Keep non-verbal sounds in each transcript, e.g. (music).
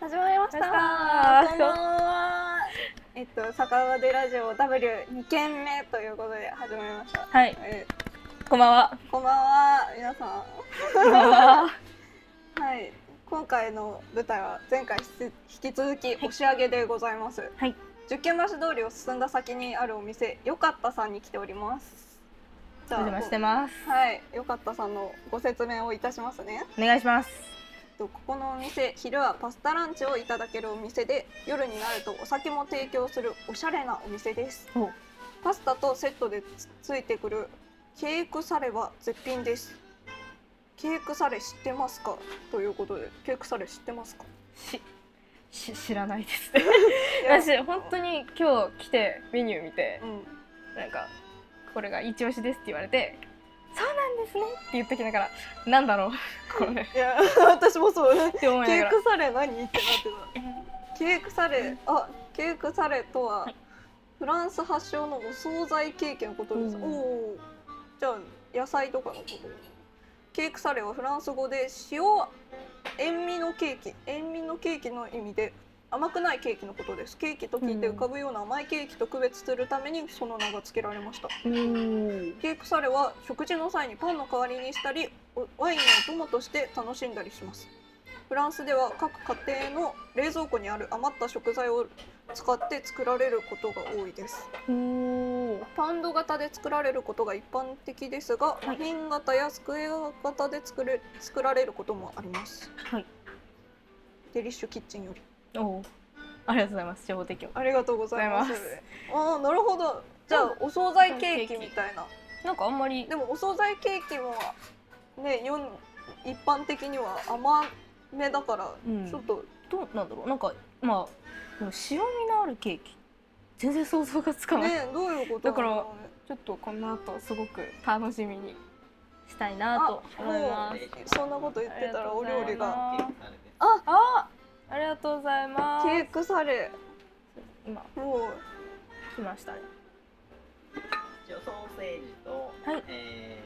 始まりました。こん始まりましたばんは。えっと、坂上でラジオ W 二件目ということで始まりました。はい、えこんばんは。こんばんは、皆さん。こんばんは。はい。今回の舞台は前回引き引き続き押し上げでございます。はい。十軒橋通りを進んだ先にあるお店、よかったさんに来ております。おじ邪魔してます。はい、よかったさんのご説明をいたしますね。お願いします。とここのお店昼はパスタランチをいただけるお店で夜になるとお酒も提供するおしゃれなお店ですおパスタとセットでつついてくるケークサレは絶品ですケークサレ知ってますかということでケークサレ知ってますかし、し知らない (laughs) です。いや私本当に今日来てメニュー見てうんなんかこれが一押しですって言われて、そうなんですねって言ってきながらなんだろうこれいや (laughs) 私もそうねって思いなケがーら。クサレ何ってなってたケークサレあケークサレとははいフランス発祥のお惣菜ケーキのことです、うんおおじゃあ野菜とかのことケークサレはフランス語で塩塩味のケーキ塩味のケーキの意味で甘くないケーキのことですケーキと聞いて浮かぶような甘いケーキと区別するためにその名が付けられましたうーんケークサレは食事の際にパンの代わりにしたりおワインのお供として楽しんだりしますフランスでは各家庭の冷蔵庫にある余った食材を使って作られることが多いですおーパウンド型で作られることが一般的ですがいマフィン型やスクエア型で作れ作られることもありますはい。デリッシュキッチンよりおーありがとうございます。情報提供。ありがとうございますありがとうございああなるほどじゃあお惣菜ケーキみたいななんかあんまりでもお惣菜ケーキもねよん一般的には甘めだから、うんちょっとどうなんだろうなんかまあでも塩味のあるケーキ全然想像がつかない。ねどういうことなのだからちょっとこの後すごく楽しみにしたいなと思いもます。うそんなこと言ってたらお料理がありとうございますああ、ありがとうございます。ケークサレ今も来ましたね。一応ソーセージと、はいえ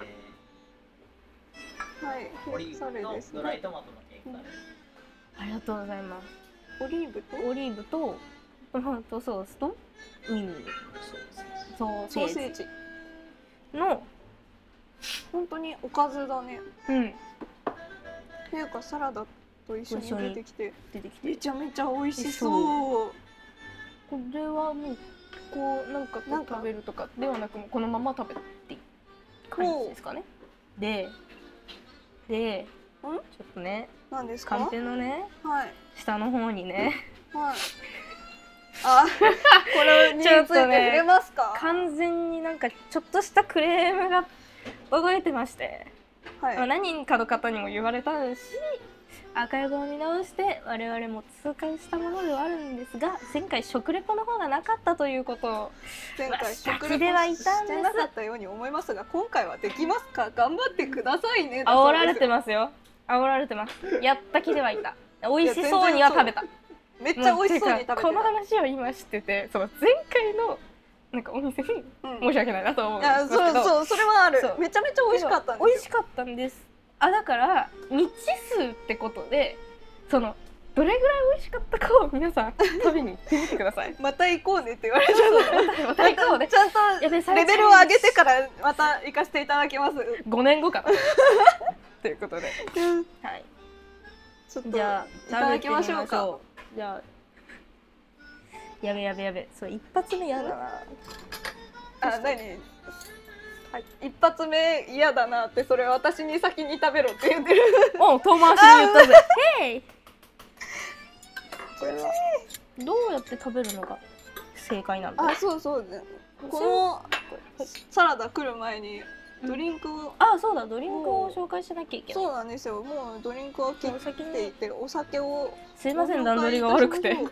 うはいーケオーリクーサブレのですドライねトマトのケーキサレありがとうございます。オリーブとオリーブとトマトソースとミニそうですソねソーセーセーージジの本当におかずだねうんっていうかサラダと一緒一緒にに出てきて出てきてめる。ちゃめちゃ美味しそうこれはもうこうなんかこなんうか食べるとかではなくもうこのまま食べていく感じですかね。で、で、ちょっとね、なんですかカンはいペのね。はい下の方にねあこれについて触れますか、 (laughs) 完全になんかちょっとしたクレームが届いてまして、はいまあ、何人かの方にも言われたしアーカイブを見直して我々も痛感したものではあるんですが前回食レポの方がなかったということを前まあ回食レ下地ではいたんポでしすてなかったように思いますが今回はできますか頑張ってくださいね煽られてまますよ煽られてますやった気ではい (laughs) た美味しそうには食べたすめっちゃ美味しそうに食べてもうてかこの話を今知っててその前回のなんかお店にた、うん、申し訳ないなと思うんいですやけそどうそうそれはあるそうめちゃめちゃ美味しかったんですよ美味しかったんですあだから未知数ってことでそのどれぐらい美味しかったかを皆さん食べに行ってみてくだ (laughs) さいまた行こうねって言われちゃまた行こううねちゃんとやべレベルを上げてからまた行かせていただきます5年後かなということで、はい、ちょっとじゃあいただきましょうか食べてみましょうじゃあやべやべやべそれ一発目やだなあ何はい一発目嫌だなってそれ私に先に食べろって言ってるもう遠回しに言ったぜヘイこれはどうやって食べるのが正解なんだあそうそうこのサラダ来る前にドリンクを、あそうだドリンクを紹介しなきゃいけないそうなんですよもうドリンクを切っお先てにいてお酒をすいません段取りが悪くてちょっ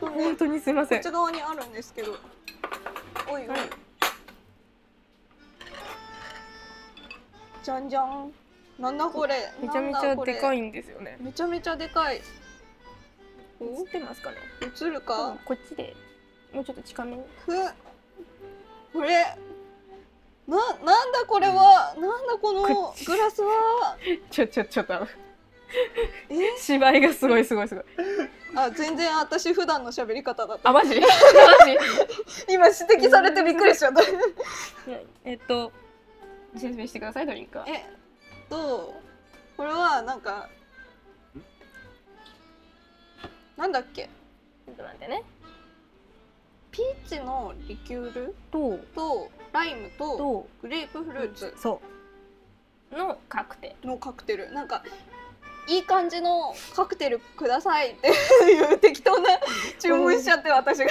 とね本こ当にすいませんっち側にあるんですけどおいおい、うんじゃんじゃんなんだこれめちゃめちゃでかいいんですよねめちゃめちゃでかい映ってますかね映るかこっちでもうちょっと近めにふこれななんだこれはなんだここのっちグラスはちょちょちょっとあのえ芝居がすごいすごいすごいあ全然私普段の喋り方だっ (laughs) あたマジマジ今指摘されてびっくりしちゃったえっと説明してくださいドリンクはえっとこれはなんかなんだっけちょっと待ってねピーチのリキュールととライムととグレープフルーツそうのカクテのカクテルなんかいい感じのカクテルくださいっていう適当な注文しちゃって私が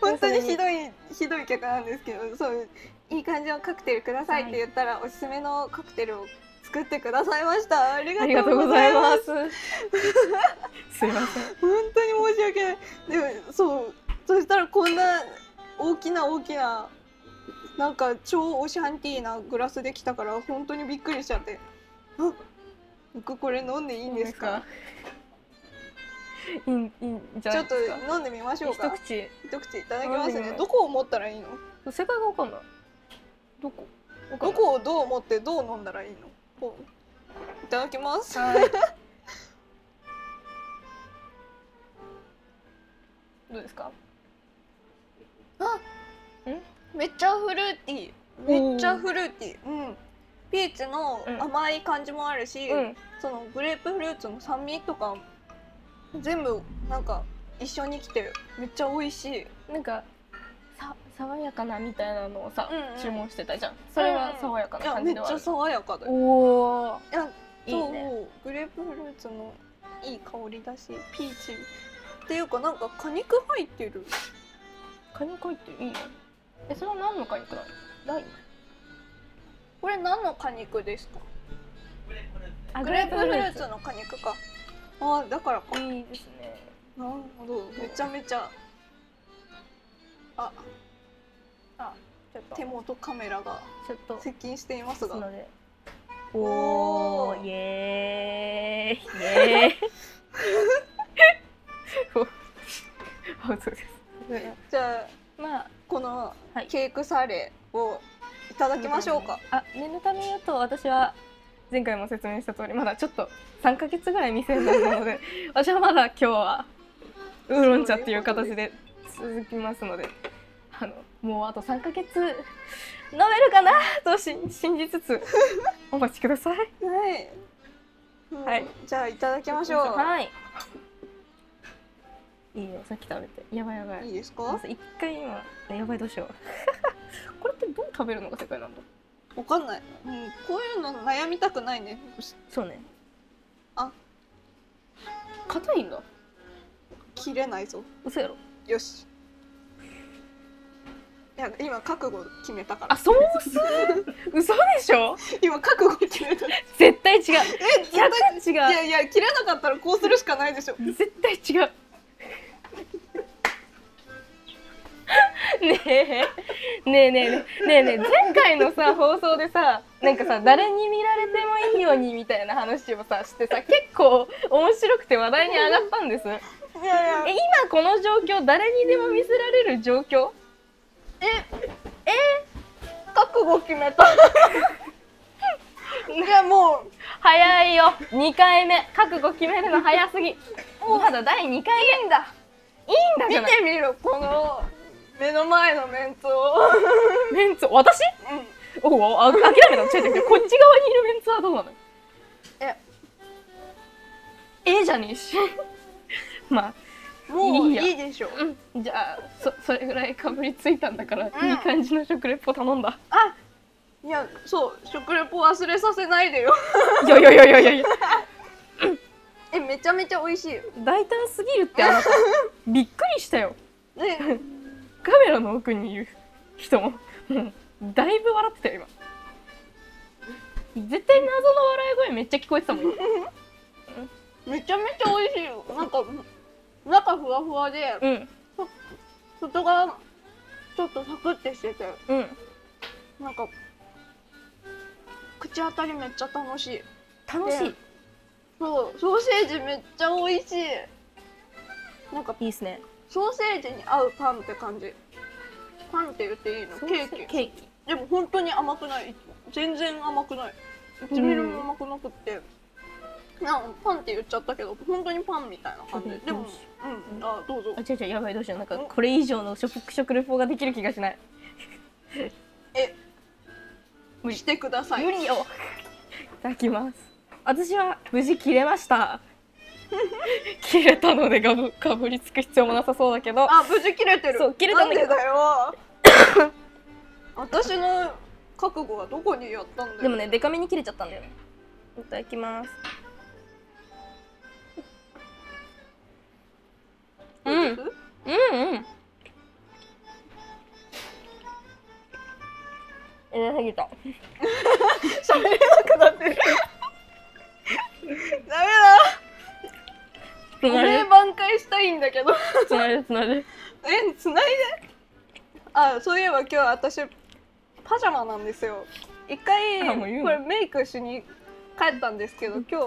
本当にひどいひどい客なんですけどそういい感じのカクテルくださいって言ったらおすすめのカクテルを作ってくださいましたありありががととううごござざいいまますすいません本当に申し訳ないでもそうそしたらこんな大きな大きななんか超オシャンティーなグラスできたから本当にびっくりしちゃってあ僕これ飲んでいいんですかいいいいんじゃちなょいっでとすか飲んでみましょうか一口一口いただきます飲んでみまねすどこを持ったらいいの正解がわかんないどこわかんどないこをどう持ってどう飲んだらいいのこういただきますどうですかめっちゃフルーティーめっちゃフルーティーうんピーチの甘い感じもあるし、うんそのグレープフルーツの酸味とか全部なんか一緒に来てめっちゃ美味しいなんかさ爽やかなみたいなのをさ、うんうん注文してたじゃんそれは爽やかいなや感めじっちではあゃる爽やかだよおおいやいそいうねグレープフルーツのいい香りだしピーチっていうかなんか果肉入ってるカニカイっていいねえそれは何のカニクなのライムこれ何の果肉ですかグレープフグあルーツねレープフルーツの果肉かあーだからかいいですねなるほどめちゃめちゃあちょっと手元カメラがちょっと接近していますですがのでおおーーイエーイイエーイ (laughs) おあそうですじゃあまあこのはいケークサレをいただきましょうか。あ念のため言うと私は前回も説明した通りまだちょっと3ヶ月ぐらい未成年な (laughs) ので私はまだ今日はウーロン茶っていう形で続きますのであのもうあと3ヶ月飲めるかなとし信じつつお待ちくださいはい。うんはいじゃあいただきましょう。はいいいよさっき食べてやばいやばいいいですまか？ず一回今やばいどうしようこれってどう (laughs) 食べるのが正解なんだわかんない。うんこういうの悩みたくないね。そうねあ硬いんだ切れないぞ。嘘やろよし。いや今覚悟決めたからあ。ソー (laughs) ス嘘でしょ今覚悟決めた。絶対違うえ絶対い100違やいや切れなかったらこうするしかないでしょ。う絶対違うねえねえねえねえねえねえ前回のさ放送でさなんかさ誰に見られてもいいようにみたいな話をさしてさ結構面白くて話題に上がったんでいすやえ今この状況誰にでも見せられる状況覚悟決めた。 (laughs) いやもう早いよ2回目覚悟決めるの早すぎまだ第2回目だいいんだ見じゃないてみろこの目の前のメンツを。メンツ私うん。おおあ諦めた違う違う違うこっち側にいるメンツはどうなのえええじゃねえ (laughs) しまあもういいよいいでしょう。うんじゃあそそれぐらいかぶりついたんだから、うんいい感じの食レポ頼ん (laughs) だいや、そう、食レポ忘れさせないでよ。 (laughs) いやいやいやいやいやえ、めちゃめちゃ美味しいよ。大胆すぎるってあなた (laughs) びっくりしたよね、 (laughs) カメラの奥にいる人ももうだいぶ笑ってたよ今絶対謎の笑い声めっちゃ聞こえてたもん今めちゃめちゃ美味しいよ。なんか、中ふわふわで、うん外側、ちょっとサクッてしてて、うんなんか、口当たりめっちゃ楽しい。楽しいねそう、ソーセージめっちゃ美味しい。なんか、いいですねソーセージに合うパンって感じ。パンって言っていいのケーキ。ケーキでも本当に甘くない全然甘くない1ミリも甘くなくって、なんかパンって言っちゃったけど本当にパンみたいな感じうんでもどうしうんあどうぞあ違う違うやばいどうしようなんかこれ以上の食食レポができる気がしない無理してください無理よいただきます私は無事切れました (laughs) 切れたのでがぶかぶりつく必要もなさそうだけどあ無事切れてるそう切れたんだけどなんでだよ私の覚悟はどこにやったんだよでもねデカめに切れちゃったんだよねいただきますどうですうんうんうますぎた喋れなくな (laughs) ってるダメだつこなれれ挽回したいんだけどつなれつなれえ繋いであそういえば今日私パジャマなんですよ一回あもう言うのこれメイクしに帰ったんですけど今日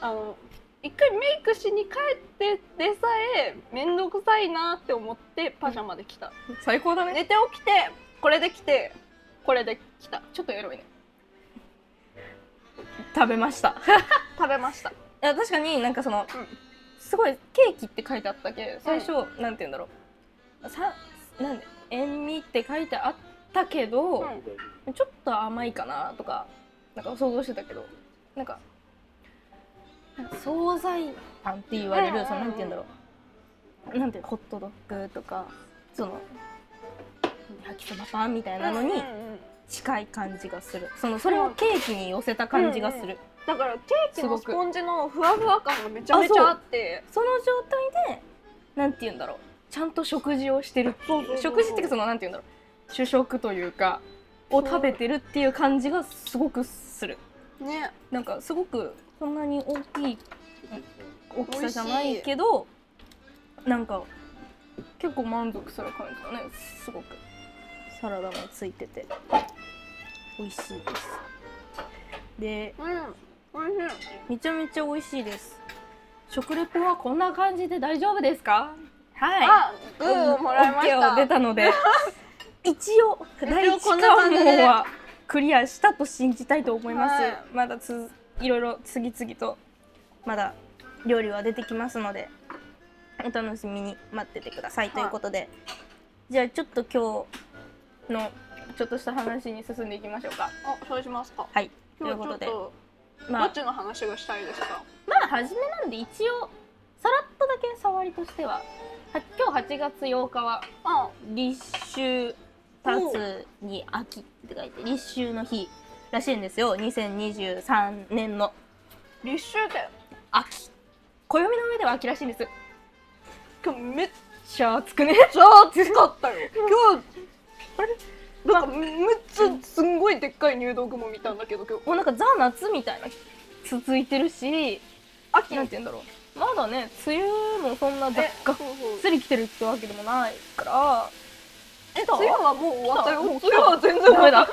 あの一回メイクしに帰ってでさえ面倒くさいなって思ってパジャマで来た最高だね寝て起きてこれで来てこれで来たちょっとエロいね食べました食べましたいや確かになんかその、うんすごいケーキって書いてあったけ最初、なんて言うんだろうさなんで塩味って書いてあったけど、ちょっと甘いかなとかなんか想像してたけどなんかなんか惣菜パンって言われうんうんうんるそのなんて言うんだろうなんてホットドッグとかその焼きそばパンみたいなのにうんうんうん近い感じがするそのそれをケーキに寄せた感じがする、うんうんだからケーキすのごスくポンジのふわふわ感がめちゃめちゃあってその状態でなんて言うんだろうちゃんと食事をしてるっていうそうそうそうそう食事っていうかそのなんて言うんだろう主食というかを食べてるっていう感じがすごくするねなんかすごくそんなに大きい大きさじゃないけどなんか結構満足する感じだねすごくサラダもついてて美味しいですでうん美味しいめちゃめちゃ美味しいです食レポはこんな感じで大丈夫ですかはいあグーもらいましオッケーを出たたの (laughs) で一応第一こんな感関じで門はクリアしたと信じたいと思います、はいまだついろいろ次々とまだ料理は出てきますのでお楽しみに待っててくださいということで、じゃあちょっと今日のちょっとした話に進んでいきましょうかあそうしますかはいとい今日ちょっうことでとどまあっちの話がしたいですかまあ初めなんで一応さらっとだけ触りとしてはは今日8月8日はあ立秋立つに秋って書いて立秋の日らしいんですよ2023年の立秋で秋暦の上では秋らしいんです今日めっしゃあつくねちゃ暑かった (laughs) よ今日なんかめめっちゃすんごいでっかい入道雲見たんだけど今日もうなんかザ夏みたいな続いてるし秋なんて言うんだろうまだね梅雨もそんなそざっうがっそうつり来てるってわけでもないからえ梅雨はもう終わったよそう梅雨は全然終わダメっただ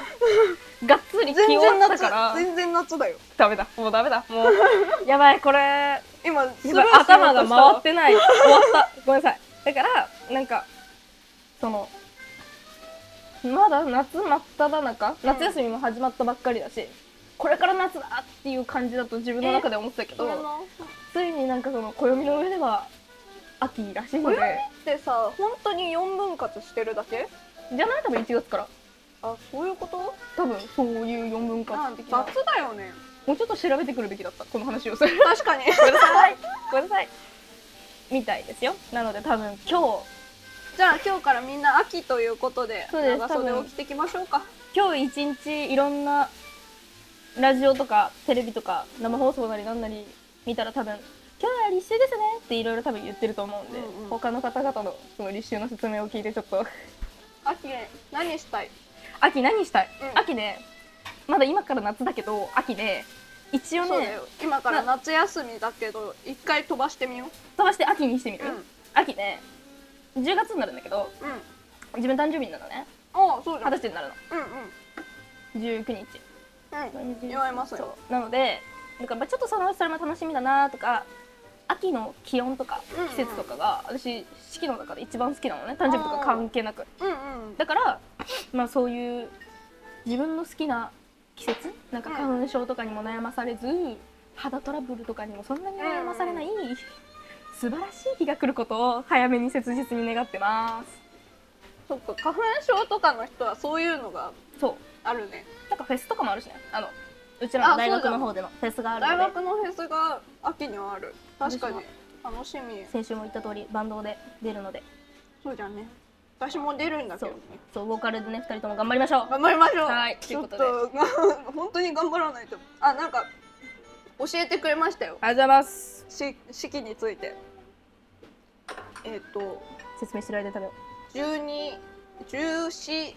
がっつり全気然温だか夏ら全然夏だよダメだもうダメだも (laughs) うやばいこれ今スルーしようとした頭が回ってない終わったごめんなさいだからなんかそのまだ夏真っ只中夏休みも始まったばっかりだし、これから夏だっていう感じだと自分の中で思ってたけど、ついになんかその暦の上では秋らしいのでってさ本当に4分割してるだけじゃない多分1月からあそういうこと多分そういう4分割的な雑だよねもうちょっと調べてくるべきだったこの話をする確かにごめんなさいごめんなさいみたいですよなので多分今日じゃあ今日からみんな秋ということでそうです長袖を着てきましょうか今日一日いろんなラジオとかテレビとか生放送なりなんなり見たら多分「今日は立秋ですね」っていろいろ多分言ってると思うんで、うんうん他の方々のその立秋の説明を聞いてちょっと秋何したい秋何したい、うん秋ねまだ今から夏だけど秋ね一応そうだねよ今から夏休みだけど一回飛ばしてみよ飛ばして秋にしてみうる、うん秋ね10月になるんだけどうん自分誕生日なのねああそうじゃ二ん十歳になるのうんうん19日うん祝いますよそうなのでなんかまあちょっとそのそれも楽しみだなとか秋の気温とかうんうん季節とかが、私四季の中で一番好きなのね誕生日とか関係なくうんうんだからまあそういう自分の好きな季節なんかうん花粉症とかにも悩まされず、肌トラブルとかにもそんなに悩まされない素晴らしい日が来ることを早めに切実に願ってますそっか花粉症とかの人はそういうのがそうあるねなんかフェスとかもあるしねあのうちらの大学の方でのフェスがあるの大で学のフェスが秋にはある確かに私楽しみ先週も言った通りバンドで出るのでそうじゃんね私も出るんだけどねそうボーカルでね2人とも頑張りましょう頑張りましょうはいちょっと (laughs) という本当に頑張らないとあなんか教えてくれましたよありがとうございますし式についてえっ、と説明してる間に食べよ十二十四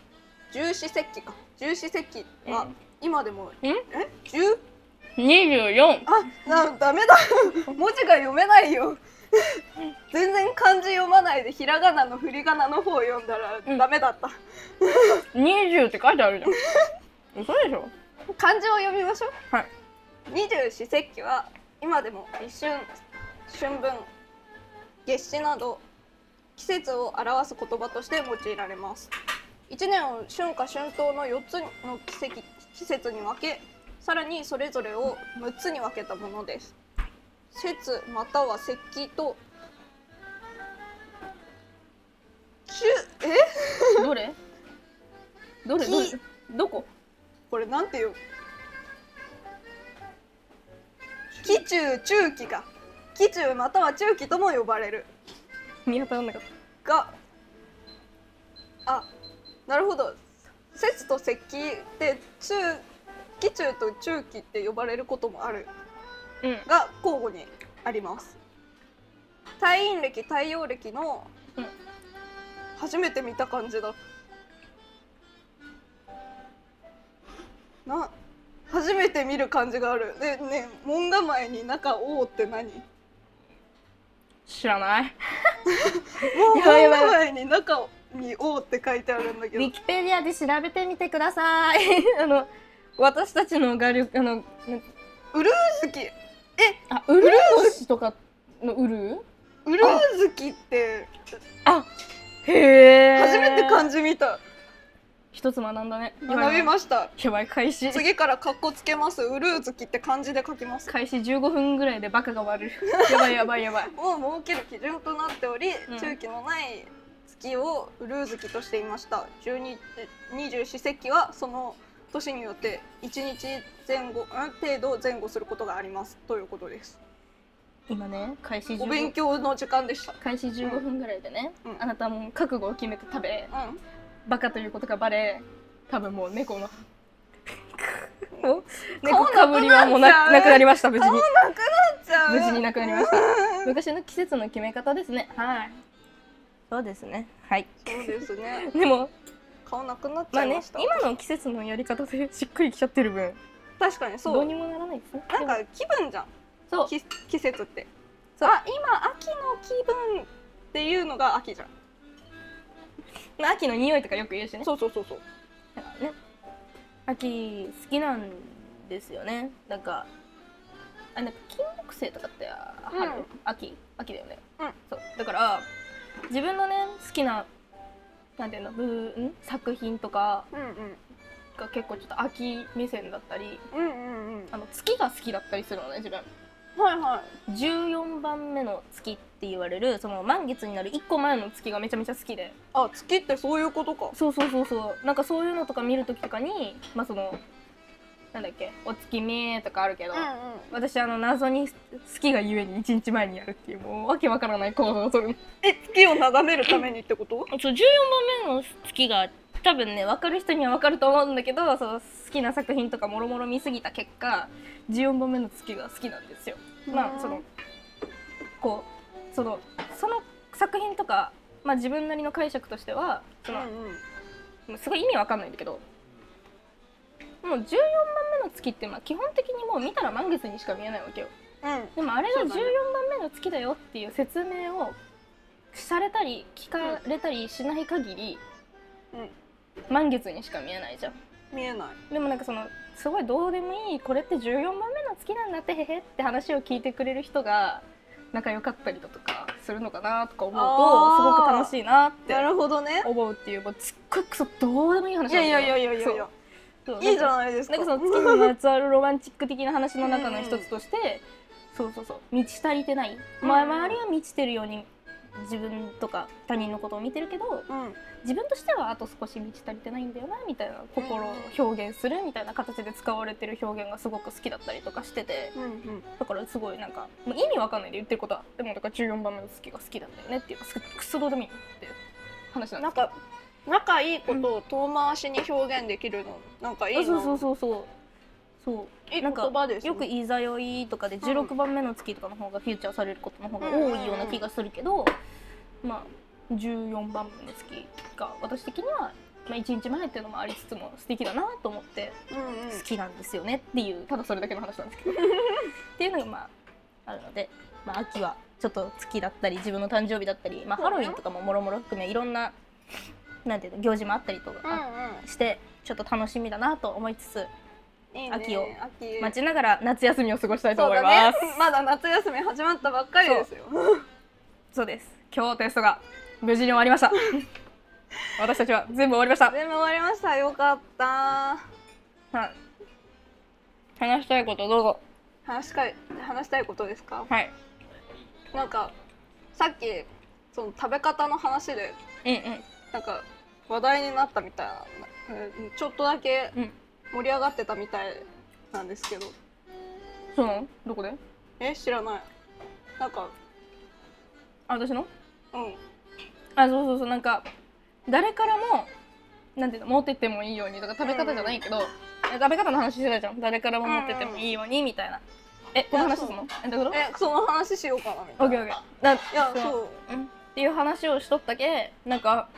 十四節気か十四節気はえ今でもえ十う24あなダメだ文字が読めないよ全然漢字読まないでひらがなの振り仮名の方を読んだらうんダメだった、 20って書いてあるじゃん (laughs) 嘘でしょ漢字を読みましょうはい二十四節気は今でも立春春分夏至など季節を表す言葉として用いられます一年を春夏春冬の四つの季節季節に分けさらにそれぞれを六つに分けたものです節または節気ときゅえどれどれきどれどここれなんていう気中中期か気中または中期とも呼ばれる見当たらなかっがあなるほど節と節気で中気中と中期って呼ばれることもあるたうんが交互にあります太陰暦太陽暦の、うん初めて見た感じだな初めて見る感じがあるでね門構えに中「王って何門知らないばいやばい構えに中に「王って書いてあるんだけウどィキペディアで調べてみてくださ (laughs) いあの私たちの画力あのなウルーズキあウルースとかのウルーウルーズキってへえ初めて漢字見た一つ学んだね学びましたやばい開始次からカッコつけますウルーズキって漢字で書きます開始15分ぐらいでバカが割る (laughs) やばいやばいやばいを設ける基準となっており、うん中期のない月をウルー月としていました十二二十四節気はその年によって一日前後うん程度前後することがありますということです今ね開始15お勉強の時間でした開始15分ぐらいでね、うんあなたはもう覚悟を決めて食べうんバカということがバレ多分もう猫の (laughs) もう顔なくな猫っちゃうかぶりはもうななくなりました無事にじゃあ無事になくなりましたうん昔の季節の決め方ですねはいそうですねはいそうです (laughs) ねでも顔なくなっちまゃあいまねした、今の季節のやり方でしっくりきちゃってる分確かにどそううにもならないですねなんか気分じゃんでもそきう季節ってそうあ今秋の気分っていうのが秋じゃんまあ秋の匂いとかよく言うしねそうそうそうそうだからね秋好きなんですよねなんかあなんか金木犀とかって春、うん秋秋だよね、うんそうだから自分のね好きななんていうのぶん作品とかうんが結構ちょっと秋目線だったりうんうんうんうんあの月が好きだったりするのね自分はいはい14番目の月って言われるその満月になる1個前の月がめちゃめちゃ好きであ月ってそういうことかそうそうそうそうなんかそういうのとか見るときとかにまあそのなんだっけお月見とかあるけど、うん私あの謎に好きがゆえに1日前にやるっていうもうわけわからない行動をとるのえ月を眺めるためにってことそう14番目の月が多分ね分かる人には分かると思うんだけどそう好きな作品とかもろもろ見すぎた結果14番目の月が好きなんですよ。まあそのこうそのその作品とか、まあ、自分なりの解釈としてはそのうんうんもうすごい意味わかんないんだけどもう14番目の月ってまあ基本的にもう見たら満月にしか見えないわけようんでもあれがそう14だね番目の月だよっていう説明をされたり聞かれたりしない限り、うん満月にしか見えないじゃん見えないでもなんかそのすごいどうでもいいこれって14番目の月なんだってへへって話を聞いてくれる人が仲良かったりだとかするのかなとか思うとすあーごく楽しいなってなるほどね思うっていうもうすっごいクソどうでもいい話なんだけどいやいやいやいやいやそうそういいじゃないですなかんかその月にまつわるロマンチック的な話の中の一つとして、そうそうそう満ち足りてない、まあ、うん周りは満ちてるように自分とか他人のことを見てるけどうん自分としてはあと少し満ち足りてないんだよなみたいな心を表現するみたいな形で使われてる表現がすごく好きだったりとかしててうんうんだからすごいなんかもう意味わかんないで言ってることはでもだから14番目の好きが好きなんだよねっていうすくそどうでもいいっていう話なんなでんか仲いいことを遠回しに表現できるのなんかいいすなあそうそうそうそうそういいな言んか葉ですねよく「いざよい」とかで16番目の月とかの方がフィーチャーされることの方が多いような気がするけど、まあ14番目の月が私的には、まあ、1日前っていうのもありつつも素敵だなと思ってうんうん好きなんですよねっていうただそれだけの話なんです (laughs) けどっていうのがまああるので、まあ、秋はちょっと月だったり自分の誕生日だったり、まあ、そうハロねウィンとかももろもろ含めいろんななんていうの行事もあったりとかうんうんしてちょっと楽しみだなと思いつついいね秋を秋待ちながら夏休みを過ごしたいとそう思いだます。ねまだ夏休み始まったばっかりですよそうです今日テストが無事に終わり (laughs) ました私たちは全部終わりました全部終わりましたよかったはい話したいことどうぞ話したい話したいことですかはいなんかさっきその食べ方の話でうんうんなんか話題になったみたいなうんちょっとだけうん盛り上がってたみたいなんですけど、そうなのどこでえ知らないなんかあ私のうんあそうそうそうなんか誰からもなんていうの持ってってもいいようにとか食べ方じゃないけど、え食べ方の話してたじゃん誰からも持ってってもいいようにみたいな、えこの話すんのえどういうこえその話しようかなみたとオいッケなーいオッケーなやっそうそうていう話をしとったけなんか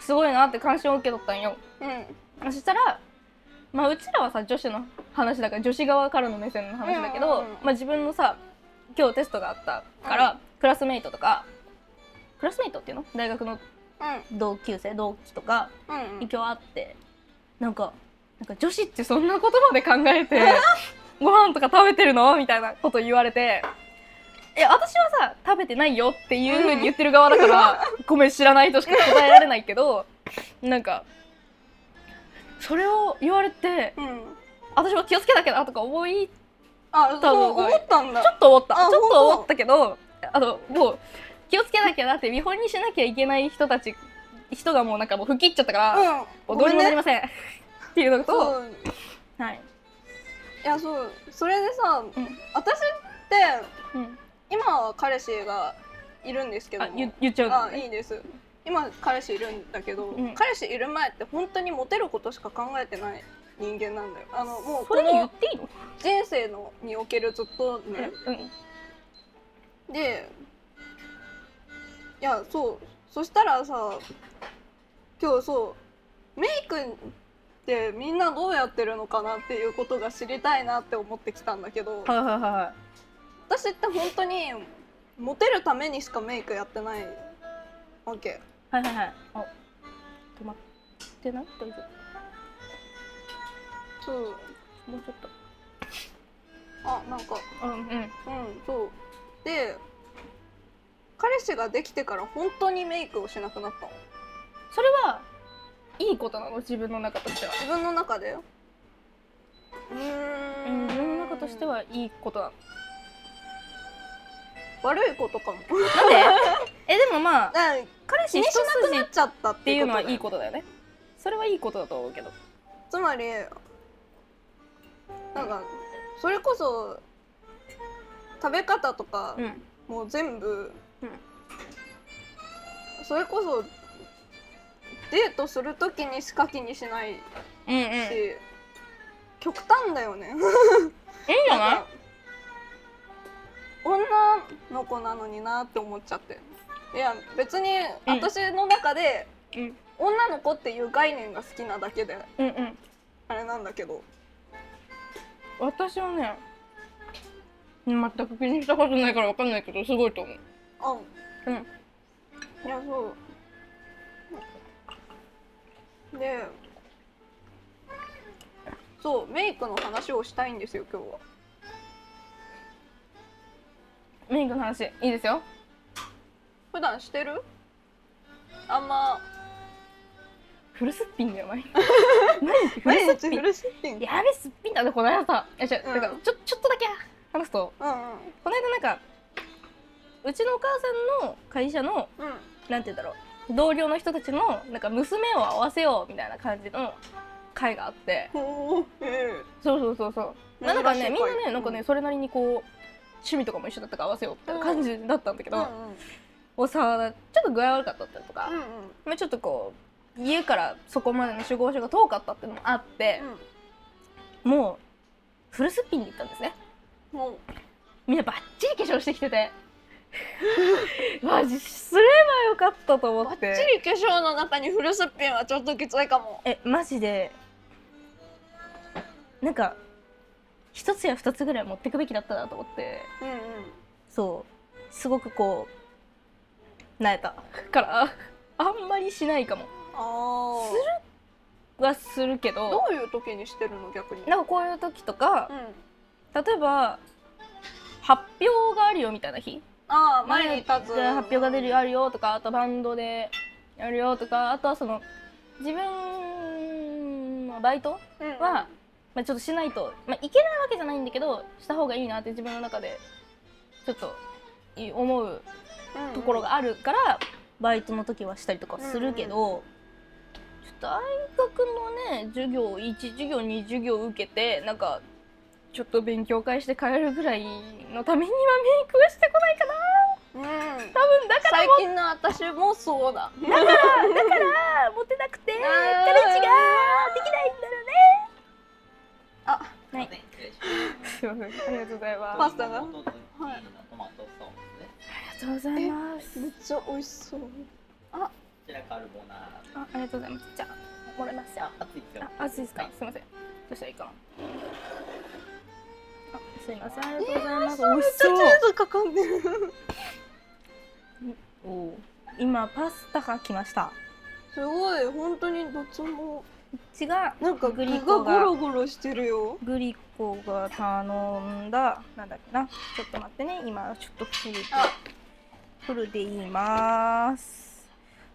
すごいなって関心を受け取ったんようんそしたらまあうちらはさ女子の話だから女子側からの目線の話だけど、うんうんうんまあ自分のさ今日テストがあったから、クラスメイトとかクラスメイトっていうの大学の同級生同期とかうんうんうん影響あってなんかなんか女子ってそんなことまで考えてご飯とか食べてるのみたいなこと言われていや私はさ食べてないよっていうふうに言ってる側だから、ごめん知らないとしか答えられないけどなんかそれを言われてうん私も気をつけなきゃなとか思いちあ多そう分思ったんょだっと思ったあちょ本っと当思ったけどあともう気をつけなきゃなって見本にしなきゃいけない人たち人がもうなんかもう吹き切っちゃったから、もううんどうにもなりねませんっていうのと、そうはい、いやそうそれでさ、ん私ってうん、今は彼氏がいるんですけどあも言言っちゃうのあいいです今彼氏いるんだけど、うん彼氏いる前って本当にモテることしか考えてない人間なんだよあのもうそこれで言のっていいの人生のにおけるずっとね、うんでいやそうそしたらさ今日そうメイクってみんなどうやってるのかなっていうことが知りたいなって思ってきたんだけどはいはいはいはい私って本当にモテるためにしかメイクやってないわけはいはいはいあ止まってない大丈そう夫もうちょっとあなんかうんうんうんそうで彼氏ができてから本当にメイクをしなくなったのそれはいいことなの自分の中としては自分の中でうーうんん自分の中としてはいいことなの悪いことかもなんで (laughs) えでもまあなんか彼気氏に一しなく筋なっっちゃったってていいううのことはだよいいことだよねそれはいいことだと思うけどつまりなんかそれこそ食べ方とか、うんもう全部、うんそれこそデートする時にしか気にしないし、うんうんいいん極端だよねじゃない (laughs) 女の子なのになって思っちゃっていや別にうん私の中で、うん女の子っていう概念が好きなだけでうんうんあれなんだけど私はね全く気にしたことないからわかんないけどすごいと思うあうんいやそうでそうメイクの話をしたいんですよ今日はメイクの話いいですよ普段してるあんま普フルすっぴんじ (laughs) ゃない毎毎日日フフルル出勤やべすっぴんだねこの間さいやじゃ、うんだからちょちょっとだけ話すとうんこの間なんかうちのお母さんの会社のうんうんなんて言うんだろう同僚の人たちのなんか娘を合わせようみたいな感じの会があってほうえそうそうそうそうえなんかね珍みしんいなねなんかねそれなりにこう趣味とかも一緒だったから合わせようみたいな感じだったんだけうど、んうんおさちょっと具合悪かったとか、うんうんまあ、ちょっとこう家からそこまでの集合所が遠かったっていうのもあって、もうフルすっぴんで行ったんですねうんもみんなバッチリ化粧してきてて (laughs) マジすればよかったとう思バっッてチリ化粧の中にフルすっぴんはちょっときついかもえマジでなんか一つや二つぐらい持ってくべきだったなと思ってうんうんそうすごくこうなえた (laughs) からあんまりしないかもああはするけどどういう時にしてるの逆になんかこういう時とかう、ん例えば発表があるよみたいな日ああ前に立つで発表が出るよあるよとかあとバンドでやるよとかあとはその自分のバイトうんは、まあ、ちょっとしないと、まあ、いけないわけじゃないんだけどした方がいいなって自分の中でちょっとい思ううんうんところがあるから、バイトの時はしたりとかするけど、ちょっと大学のね授業1授業2授業受けてなんかちょっと勉強会して帰るぐらいのためにはメイクはしてこないかなうん多分だから最近の私もそうだモテなくてー彼氏ができないんだろうねあはいすいませんありがとうございます (laughs) パスタがはい。トマトソースね。ありがとうございますめっちゃ美味しそうこちらカルボナーラ。あありがとうございますじゃあもらいますよあ、熱いですよあ。熱いですか、はすいませんどうしたらいいかなあすいませんありがとうございます、美味しそうチーズかかんでるお今パスタが来ましたすごい本当にどっちも違うなんかグ具リがコゴがロゴロしてるよグリコが頼んだなんだっけなちょっと待ってね今ちょっとフルであフルで言います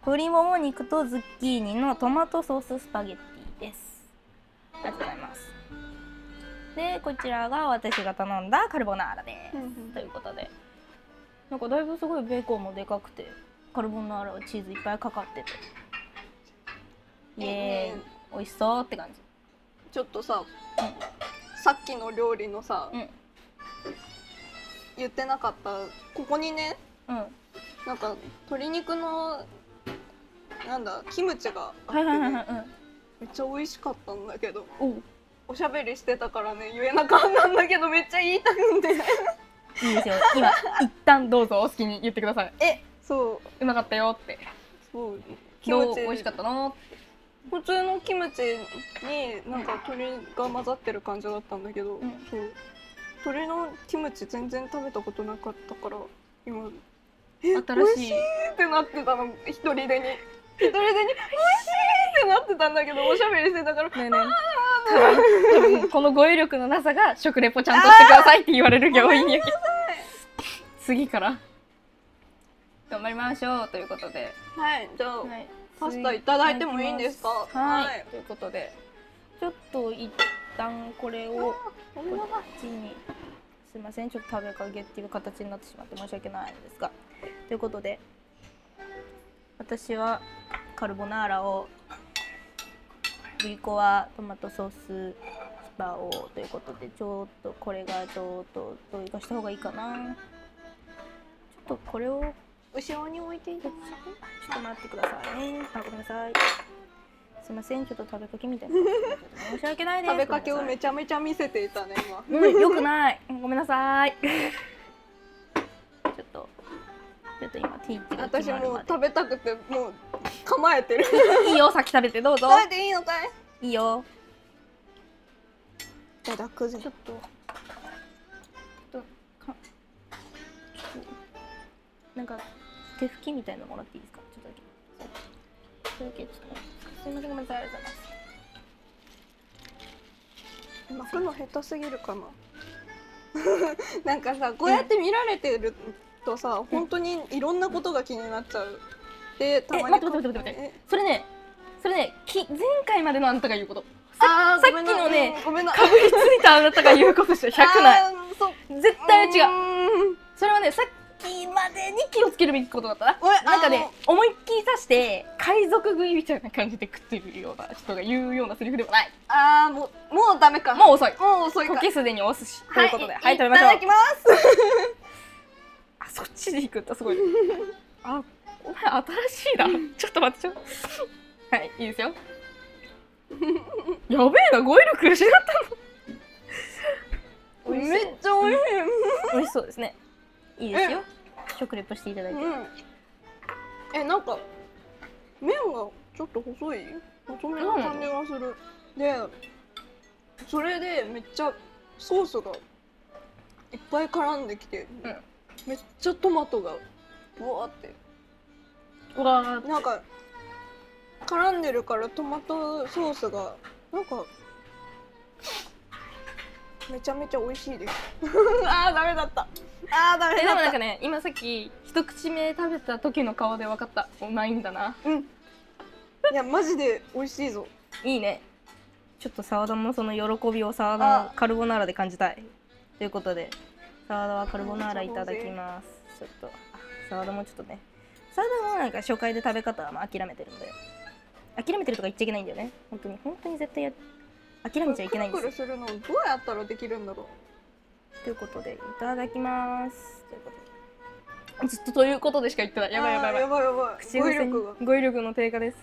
鶏もも肉とズッキーニのトマトソーススパゲッティですありがとうございますでこちらが私が頼んだカルボナーラです、ということでなんかだいぶすごいベーコンもでかくてカルボナーラはチーズいっぱいかかっててイエーイ美味しそうって感じちょっとささっきの料理のさうん言ってなかったここにねうんはなんか鶏肉のなんだキムチがあっていはいはいねはいめっちゃ美味しかったんだけどうんおおしゃべりしてたからね言えなかったんだけどめっちゃ言いたくんでいいですよ今一旦どうぞお好きに言ってくださいえそううまかったよってそうキどムうチ美味しかったの普通のキムチになんか鶏が混ざってる感じだったんだけど、んそう鶏のキムチ全然食べたことなかったから今え新美味ししいいってなってたの一人でに一人でに美味しいってなってたんだけどおしゃべりしてたからねえねえ多分多分この語彙力のなさが食レポちゃんとしてくださいって言われる要因やけど次から頑張りましょうということで、はいじゃあ、はい、パスタいただいてもいいんですかはい、はいということでちょっと一旦これをここんなっちにすいませんちょっと食べかけっていう形になってしまって申し訳ないんですがということで私はカルボナーラをグリコはトマトソーススパをということでちょっとこれがちょっとどうにかした方がいいかなちょっとこれを後ろに置いていただいてちょっと待ってくださいね。あ、ごめんなさい。すいません、ちょっと食べかけみたいな感じになっちゃって。申し訳ないです。食べかけをごめんめなちゃめちゃ見せていたね今さいうん、よくない。ごめんなさい。ちょっと、ちょっと今、ティーチが私決まるもまうで。食べたくてもう構えて (laughs) るいいよ、先食べて、どうぞ。食べていいのかいいいよ。いただくぜちょっと、ちょっと、かちょっとなんか、手拭きみたいなのもらっていいですかちょっとだけ。ちょっとだけ、ちょっと待って。すいません、ごめんなさい。ありがとうございます。巻くの下手すぎるかな (laughs) なんかさこうやって見られてるとさ、本当にいろんなことが気になっちゃうでたまにえ待って待って待って待ってえそれね、そそれねき前回までのあなたが言うことささっきのねごめんなかぶりついたあなたが言うことじゃ100ないあーそう絶対違ううーんそれはねさっきまでに気をつけるべきことだったなごめんなんかね思いっきり刺して海賊食いみたいな感じで食ってるような人が言うようなセリフではないあーもうもうダメかもう遅いもう遅いか時すでにお寿司ということではい食べましいょうただきますあそっちで行くんだすごいあお前新しいなちょっと待ってちょっとはいいいですよやべえな語彙力失ったのめっめっちゃ美味しい美味しそうですねいいですよ食レポしていただいてうんえなんか麺がちょっと細い細めの感じがするでそれでめっちゃソースがいっぱい絡んできて、うんめっちゃトマトがぶわーってうわーなんか絡んでるからトマトソースがなんかめちゃめちゃ美味しいです (laughs) あーダメだったあーダえメでだもったなんかね今さっき一口目食べた時の顔で分かったうまいんだなうんいやマジで美味しいぞいいねちょっと沢田もその喜びを沢田のカルボナーラで感じたいということで沢田はカルボナーラいただきますちょっとあ沢田もちょっとね沢田もなんか初回で食べ方はまあ諦めてるので諦めてるとか言っちゃいけないんだよね本当に本当に絶対や諦めちゃいけないんでクすルよクルするのどうやったらできるんだろということでいただきますということでずっとということでしか言ってないうやばいやばいあーやばいやばいやばい口語彙癖力が語彙力の低下ですい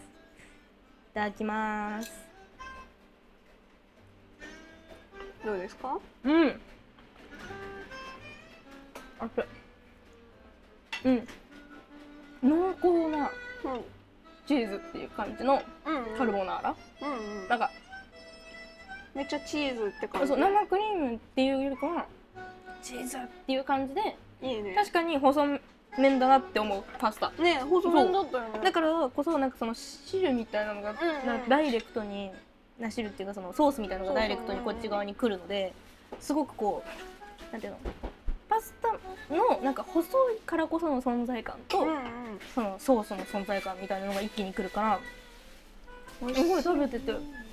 ただきますどうですかうん熱いうん濃厚なうんうんチーズっていう感じのうんカルボナーラ、うんうんなんかめっちゃチーズって感じそう生クリームっていうよりかはチーズっていう感じでいいね確かに細麺だなって思うパスタね細麺だったよねだからこそなんかその汁みたいなのが、んうんなんかダイレクトにな汁っていうかそのソースみたいなのがダイレクトにこっち側に来るのですごくこうなんていうのパスタのなんか細いからこその存在感と、うんうんそのソースの存在感みたいなのが一気に来るからすごい食べてて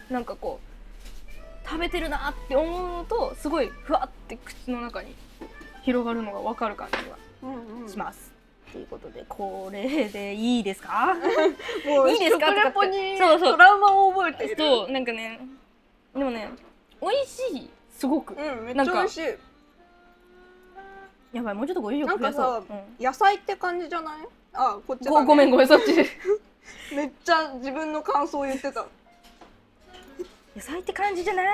なんかこう食べてるなって思うのとすごいふわって口の中に広がるのが分かる感じがうんうんします。ということでこれでいいですかもういいですか食レポにそうそうトラウマを覚えているそうなんかねでもね美味しいすごくうんめっちゃ美味しいやばいもうちょっとご彙力増やなそんうか、野菜って感じじゃないあこっちうんだ、ごね、ごめんごめんそ (laughs) っちめっちゃ自分の感想を言ってた野菜って感じじゃない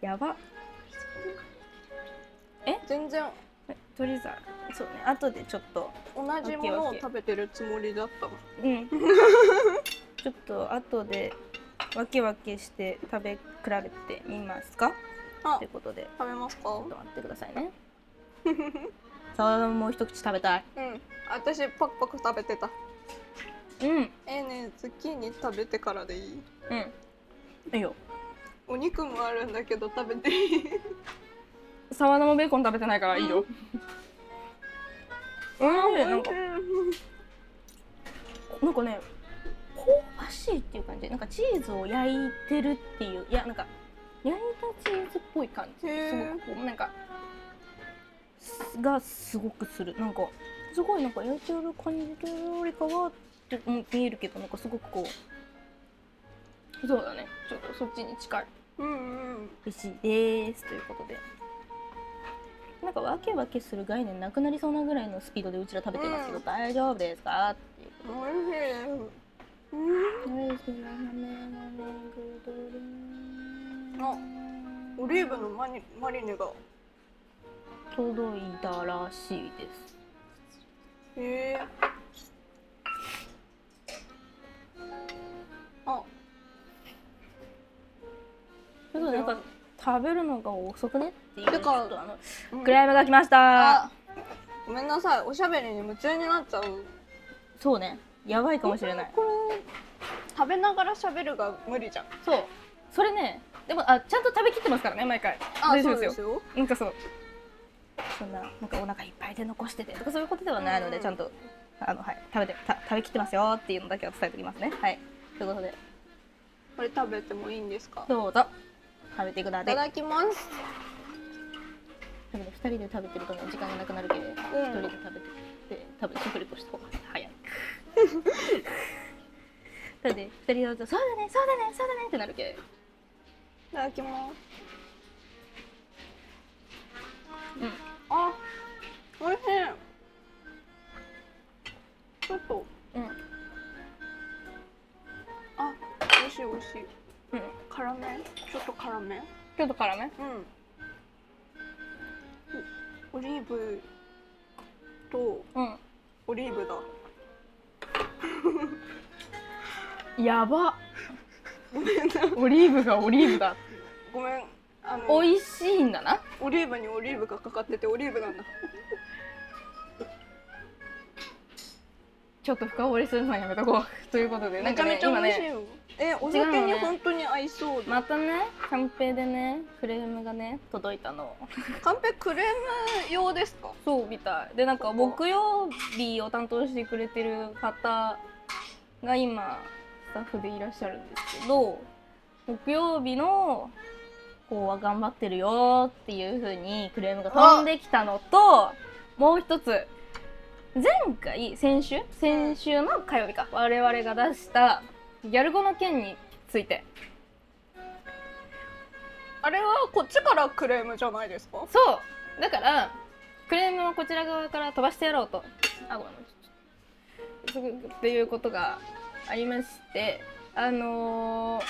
やば全然とりあえずはそうね後でちょっと同じものを食べてるつもりだったわうん、 (laughs) ちょっと後で分け分けして食べ比べてみますかあということで食べますかちょっと待ってくださ (laughs) いねサワダもう一口食べたいうん私パクパク食べてたうんうんええねズッキーニ食べてからでいいいいよお肉もあるんだけど食べていいサワダもベーコン食べてないからいいようん、なんかなんかね香ばしいっていう感じなんかチーズを焼いてるっていういやなんか焼いたチーズっぽい感じへーすごくこうなんかすがすごくするなんかすごいなんか焼いてる感じというよりかはってうん見えるけどなんかすごくこうそうだねちょっとそっちに近いうんうん美味しいですということでなんかわけわけする概念なくなりそうなぐらいのスピードでうちら食べてますけど、うん大丈夫ですかっていうおいしいですうんあオリーブのマニマリネが届いたらしいです。へえあちょっとなんか食べるのが遅くねっていう。てかちょっとあのうんクライムが来ました。あごめんなさいおしゃべりに夢中になっちゃうそうね。やばいかもしれない。これ食べながらしゃべるが無理じゃんそう。それね。でもあちゃんと食べきってますからね毎回。あ大丈そ夫うでですすよ。よなんかそう。そんななんかお腹いっぱいで残しててとかそういうことではないので、うんちゃんとあのはい食べてた食べきってますよっていうのだけは伝えておきますね。はい。ということでこれ食べてもいいんですかいどうぞ食べてくださたい。だきます多分ね二人で食べてるともう時間がなくなるけど、ん一人で食べてで多分食レポした方が早 (laughs) い。だって二人だとそうだねそうだねそうだねってなるけど。いただきますうんあおいしいちょっとうんあおいしいおいしいうん辛めちょっと辛めうんちょっと辛めおオリーブとうんオリーブだやばオリーブがオリーブだごめんあの美味しいんだなオリーブにオリーブがかかっててオリーブなんだちょっと深掘りするのはやめとこう (laughs) ということでなめんちゃか、ね、めちゃ美味しい今ねよ、えお違う酒のにね本当に合いそうだまたねカンペでねフレームがね届いたの。カンペクレーム用ですかそうみたいでなんか木曜日を担当してくれてる方が今スタッフでいらっしゃるんですけど木曜日の子は頑張ってるよっていう風にクレームが飛んできたのともう一つ前回先週先週の火曜日か我々が出したギャル語の件についてあれはこっちからクレームじゃないですかそうだからクレームをこちら側から飛ばしてやろうとあごめんちょっとすぐっていうことがありましてあのー、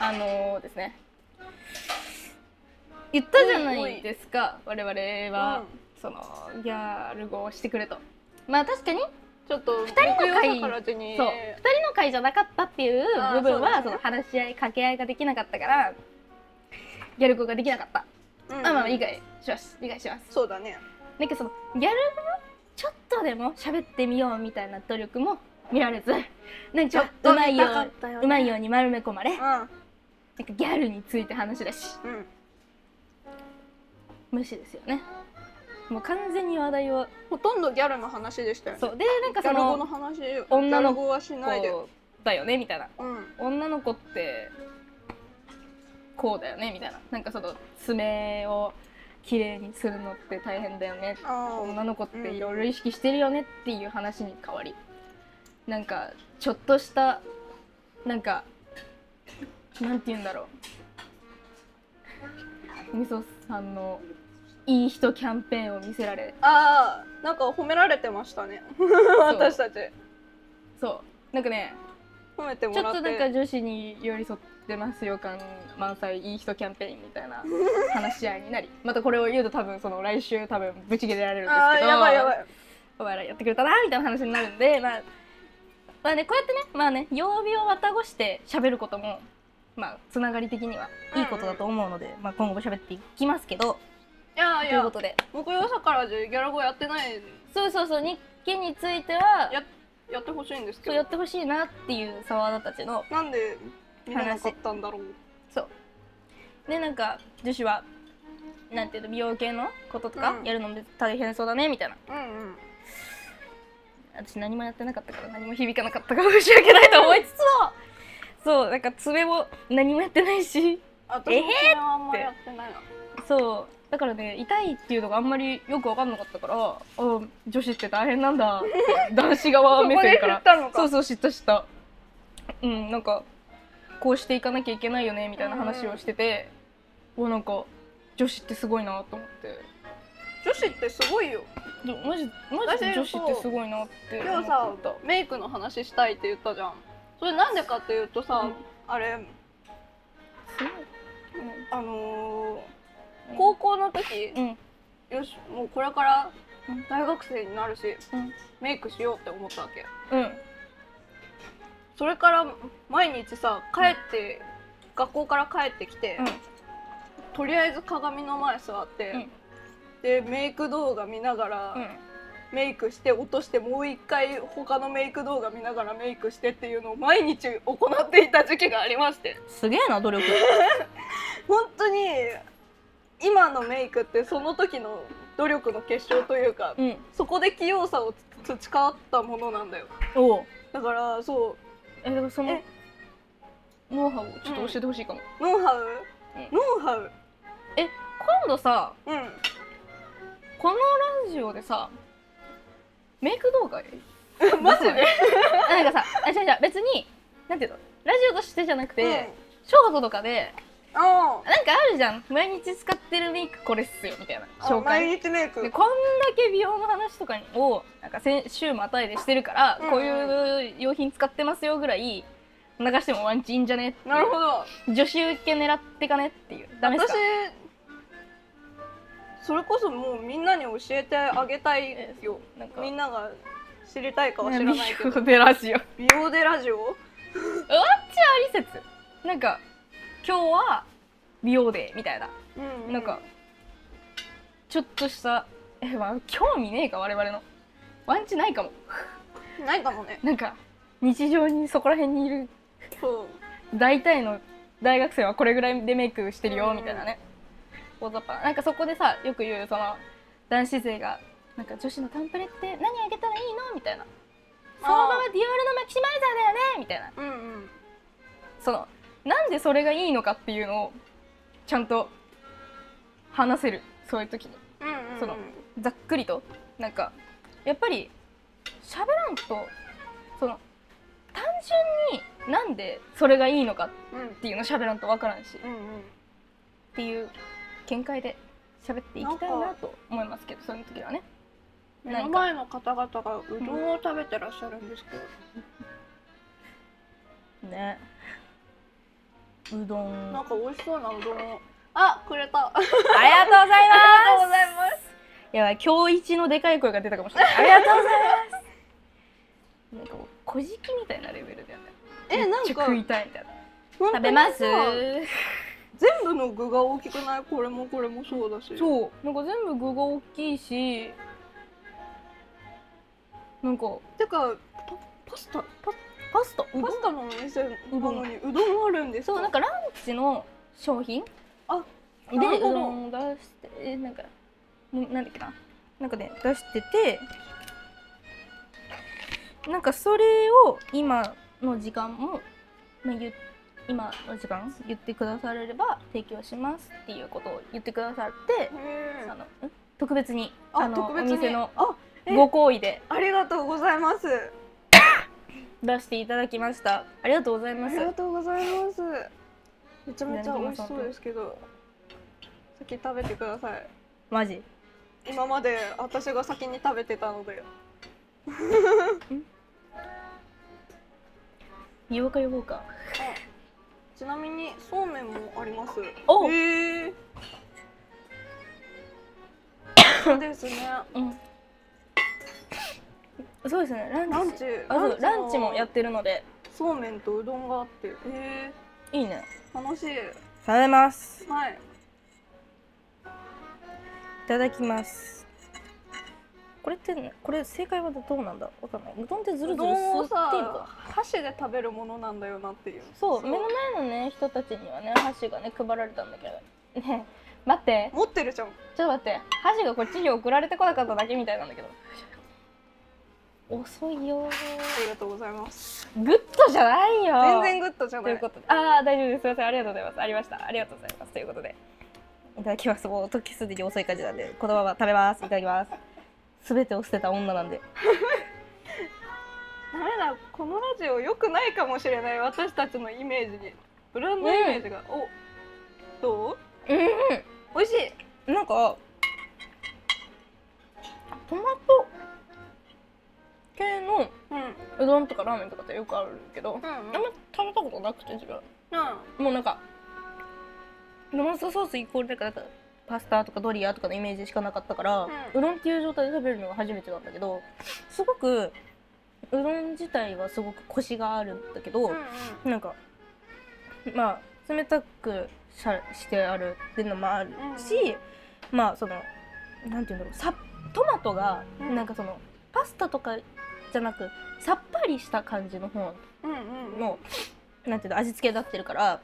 あのー、ですね言ったじゃないですか我々は、うんそのギャル語をしてくれとまあ確かにちょっと二人の会からでにそう2人の会じゃなかったっていうあー部分そはうですねその話し合い掛け合いができなかったからギャル語ができなかったうんあ、まあ、理解します。理解します。そうだねなんかその、ギャル語ちょっとでも喋ってみようみたいな努力も見られ (laughs) ず、なんかうまいよう、たようまいように丸め込まれ、なんかうギャルについて話だし、んうん無視ですよね。もう完全に話題を、ほとんどギャルの話でしたよねそう。で、なんかギそャル語の、の話ギ女ャのル子語はしないでこうだよねみたいな。うん女の子って、こうだよねみたいな。なんかその、爪を綺麗にするのって大変だよねあ女ーの子っていろいろ意識してるよねっていう話に変わりなんかちょっとしたなんかなんて言うんだろうみそさんのいい人キャンペーンを見せられあーなんか褒められてましたね私たちそうなんかね褒めてもちょらっってとなんか女子に寄り添ってますよ感満載いい人キャンペーンみたいな話し合いになりまたこれを言うと多分その来週多分ブチ切れられるんですけどあーやばいやばいお前らやってくれたなみたいな話になるんでまあまあねこうやってねまあね曜日をまたごして喋ることもまあつながり的にはいいことだと思うので、まあ今後も喋っていきますけどいやいというこやとで木曜朝からじゃギャル語やってないそうそうそう日記についてはややってほしいんですけそうやっどてほしいなっていう沢田たちのなんで見れなかったんだろうそうでなんか女子はなんていうの美容系のこととかうんやるのも大変そうだねみたいな、うんうん私何もやってなかったから何も響かなかったから申し訳ないと思いつつもそうなんか爪も何もやってない (laughs) し私もそれはあんまりやってないなそうだからね痛いっていうのがあんまりよく分かんなかった (laughs) からあ女子って大変なんだって男子側目線からたのそうそう知った知ったうんなんかこうしていかなきゃいけないよねみたいな話をしてて、うわなんか女子ってすごいなと思って女子ってすごいよでマジマジで女子ってすごいなって今思日さったメイクの話したいって言ったじゃんそれなんでかっていうとさ、うんあれすごいあのうーん高校の時、うんよしもうこれからうん大学生になるし、うんメイクしようって思ったわけうんそれから毎日さ帰って、学校から帰ってきて、うんとりあえず鏡の前座って、うんでメイク動画見ながら、うんメイクして落としてもう一回他のメイク動画見ながらメイクしてっていうのを毎日行っていた時期がありましてすげえな努力本当に今のメイクってその時の努力の結晶というかうん (laughs) そこで器用さをつ培ったものなんだよおうだからそえだからそのえノウハウをちょっと教えてほしいかも、うノウハウえノウハウ今度さうんこのラジオでさメイク動画やる (laughs) マジでなんかさあ違う違う別になんていうのラジオとしてじゃなくて、うん小学校とかであなんかあるじゃん毎日使ってるメイクこれっすよみたいなあ紹介毎日メイでクこんだけ美容の話とかをなんか先週またいでしてるから、うんうんこういう用品使ってますよぐらい流してもワンチいいんじゃねっていうなるほど女子受け狙ってかねっていうダメです私かそれこそもうみんなに教えてあげたいえよなんかみんなが知りたいかは知らない (laughs) けどでラジオワン美容でラジオチあり説なんか今日は美容デーみたいな、うなんかちょっとしたえ、まあ、興味ねえか我々のワンチないかも (laughs) ないかもねなんか日常にそこら辺にいるそう大体の大学生はこれぐらいでメイクしてるうよんみたいなね大雑把ななんかそこでさよく言うその男子勢がなんか女子のタンプレって何あげたらいいのみたいなそのままあディオールのマキシマイザーだよねみたいなうんうんそのなんでそれがいいのかっていうのをちゃんと話せるそういう時にうんうんうんそのざっくりとなんかやっぱり喋らんとその単純になんでそれがいいのかうんっていうの喋らんとわからんしうんうんっていう見解で喋っていきたいなと思いますけどその時はね目の前の方々がうどんを食べてらっしゃるんですけど、ねうどんなんか美味しそうなうどんをあくれたありがとうございますありがとうございますやばい今日一のでかい声が出たかもしれないありがとうございますなんかもう小じきみたいなレベルだよねえなんめっちゃか食いたいみたいな本当食にべますさ全部の具が大きくないこれもこれもそうだしそうなんか全部具が大きいしなんかてかパパスタパパスタうどんパスタのお店なのにうどんあるんですかそうなんかランチの商品あでうなるほどどんを出してえなんかもうなんだっけななんかね出しててなんかそれを今の時間も、まあ、言う今の時間言ってくだされれば提供しますっていうことを言ってくださって、へあーのん特別にあの特別にお店のあえご好意でありがとうございます出していただきましたありがとうございあまりすがとうございますめちゃめちゃ美味しそうですけど先食べてくださいマジ今まで私が先に食べてたので言おうか言おうかちなみにそうめんもあります。おへえ。そうですね。うん。そうですね。ランチ。ランチ、あ、そう、ランチもやってるので。そうめんとうどんがあって、へえ、いいね。楽しい。食べます。いはい。ただきます。これってね、これ正解はどうなんだ。わかんない。うどんってずるうずどるん吸をっていのさか。、箸で食べるものなんだよなっていう。そう、目の前のね、人たちにはね、箸がね、配られたんだけど。ねえ、待って、持ってるじゃん。ちょっと待って、箸がこっちに送られてこなかっただけみたいなんだけど。遅いよあー。りがとうございます。グッドじゃないよー。全然グッドじゃとないい。うことで、ああ、大丈夫です。すみません、ありがとうございます。ありました。ありがとうございます。ということで、いただきます。もう時すでに遅い感じなんで、このまま食べます。いただきます。すべてを捨てた女なんで。ダメだ、このラジオ良くないかもしれない私たちのイメージに。ブランドイメージが、お、どう？う美味しい。ん、なんか。トマト。系のうん。うどんとかラーメンとかってよくあるけど、うんあんま食べたことなくて、自分。うん。もうなんか。トマトソースイコールなんか、なんか。パスタとかドリアとかのイメージしかなかったから、ううどんっていう状態で食べるのが初めてなんだけどすごくうどん自体はすごくコシがあるんだけど、なんかまあ冷たくしゃしてあるっていうのもあるし、まあそのなんていうんだろうさトマトがうんなんかその、パスタとかじゃなくさっぱりした感じの方うんうんうんの、なんていうの味付けになってるから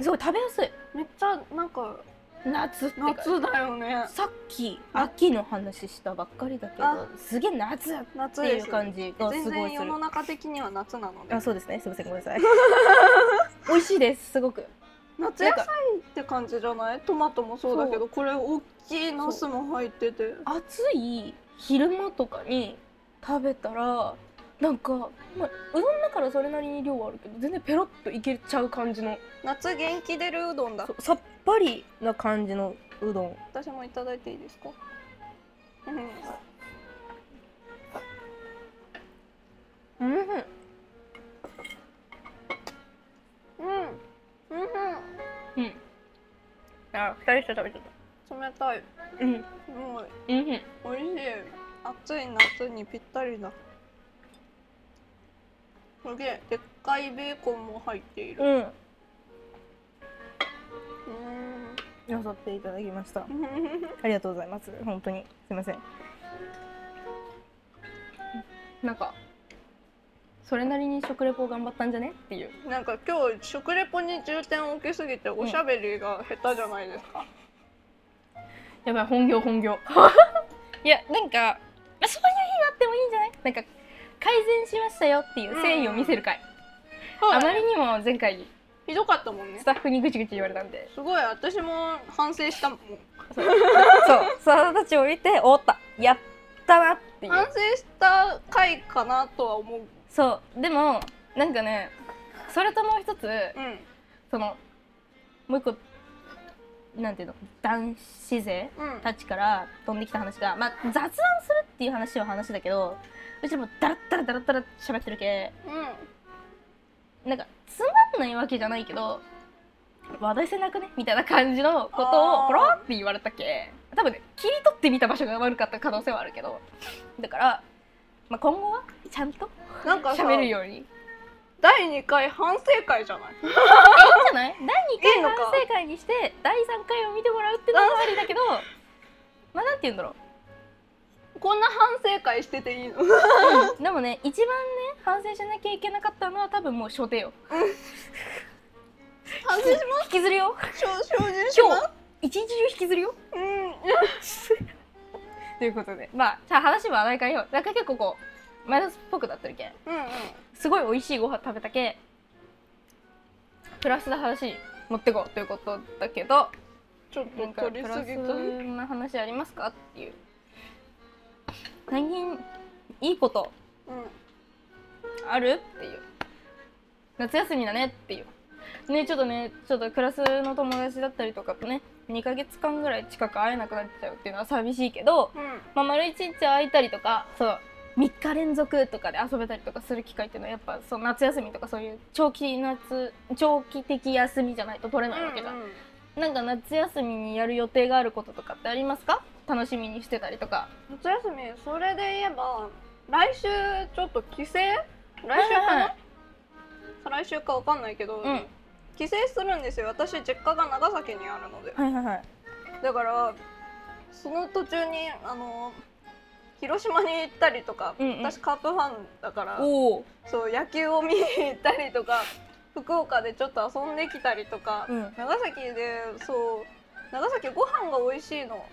すごい食べやすい。めっちゃなんか夏って感じ夏だよねさっき秋の話したばっかりだけあどすげえ夏っ夏ていでうす感じが全すご然いす世るの中的には夏なのであそうですねすみませんごめん (laughs) なさい美味しいですすごく夏野菜って感じじゃないトマトもそうだけどこれ大きいナスも入ってて暑い昼間とかに食べたらなんか、まあ、うどんだからそれなりに量はあるけど全然ペロッといけちゃう感じの夏元気出るうどんだそうさっぱりな感じのうどん私もいただいていいですかうんうんうんうんあ二人して食べちゃっ冷たいたうんもううん美味しい暑い夏にぴったりだすげえでっかいベーコンも入っているうんうよそっていただきましたーんありがとうございます本当にすみませんなんかそれなりに食レポ頑張ったんじゃねっていうなんか今日食レポに重点を置きすぎておしゃべりが下手じゃないですか、やばい本業本業 (laughs) いやなんかまあそういう日があってもいいんじゃないなんか改善しましたよっていう誠意を見せる回、あまりにも前回ひどかったもんねスタッフにぐちぐち言われたんですごい私も反省したもんそうそのたちを見ておったやったなっていう反省した回かなとは思うそうでもなんかねそれともう一つうんそのもう一個なんていうの男子勢うんたちから飛んできた話が、まあ、雑談するっていう話は話だけどうちもダラッダラダラッダラ喋ってるけうんなんかつまんないわけじゃないけど話題性なくねみたいな感じのことあーをポロって言われたけ多分ね切り取ってみた場所が悪かった可能性はあるけどだから、まあ、今後はちゃんとなんかさ喋るようにいいんじ第2回反省会じゃないゃない第2いい回のか反省会にして第3回を見てもらうってのもありだ (laughs) けどまあなんて言うんだろうこんな反省会してていいのでもね一番ね反省しなきゃいけなかったのは多分もう初手よ反省し引きずるよしょ精進し今ま日す一日中引きずるようんということでまあじゃあ話はないかよなんか結構こうマイナスっぽくなってるけんうんうんすごい美味しいご飯食べたけプラスな話持ってこうということだけどちょっなとんか取りプすラぎスたな話ありますかっていう最近いいことうんあるっていう夏休みだねっていうねちょっとねちょっとクラスの友達だったりとかとね2ヶ月間ぐらい近く会えなくなっちゃうっていうのは寂しいけど、うんまあ、丸1日空いたりとかそう3日連続とかで遊べたりとかする機会っていうのはやっぱその夏休みとかそういう長期夏長期的休みじゃないと取れないわけじゃん、うんうんなんか夏休みにやる予定があることとかってありますか楽しみにしてたりとか夏休みそれで言えば来週ちょっと帰省来週かはいはいな、再来週かわかんないけど、うん帰省するんですよ私実家が長崎にあるのではいはいはいだからその途中にあの広島に行ったりとか、うんうん私カープファンだからおおそう野球を見に行ったりとか福岡でちょっと遊んできたりとか、うん長崎でそう長崎ご飯が美味しいの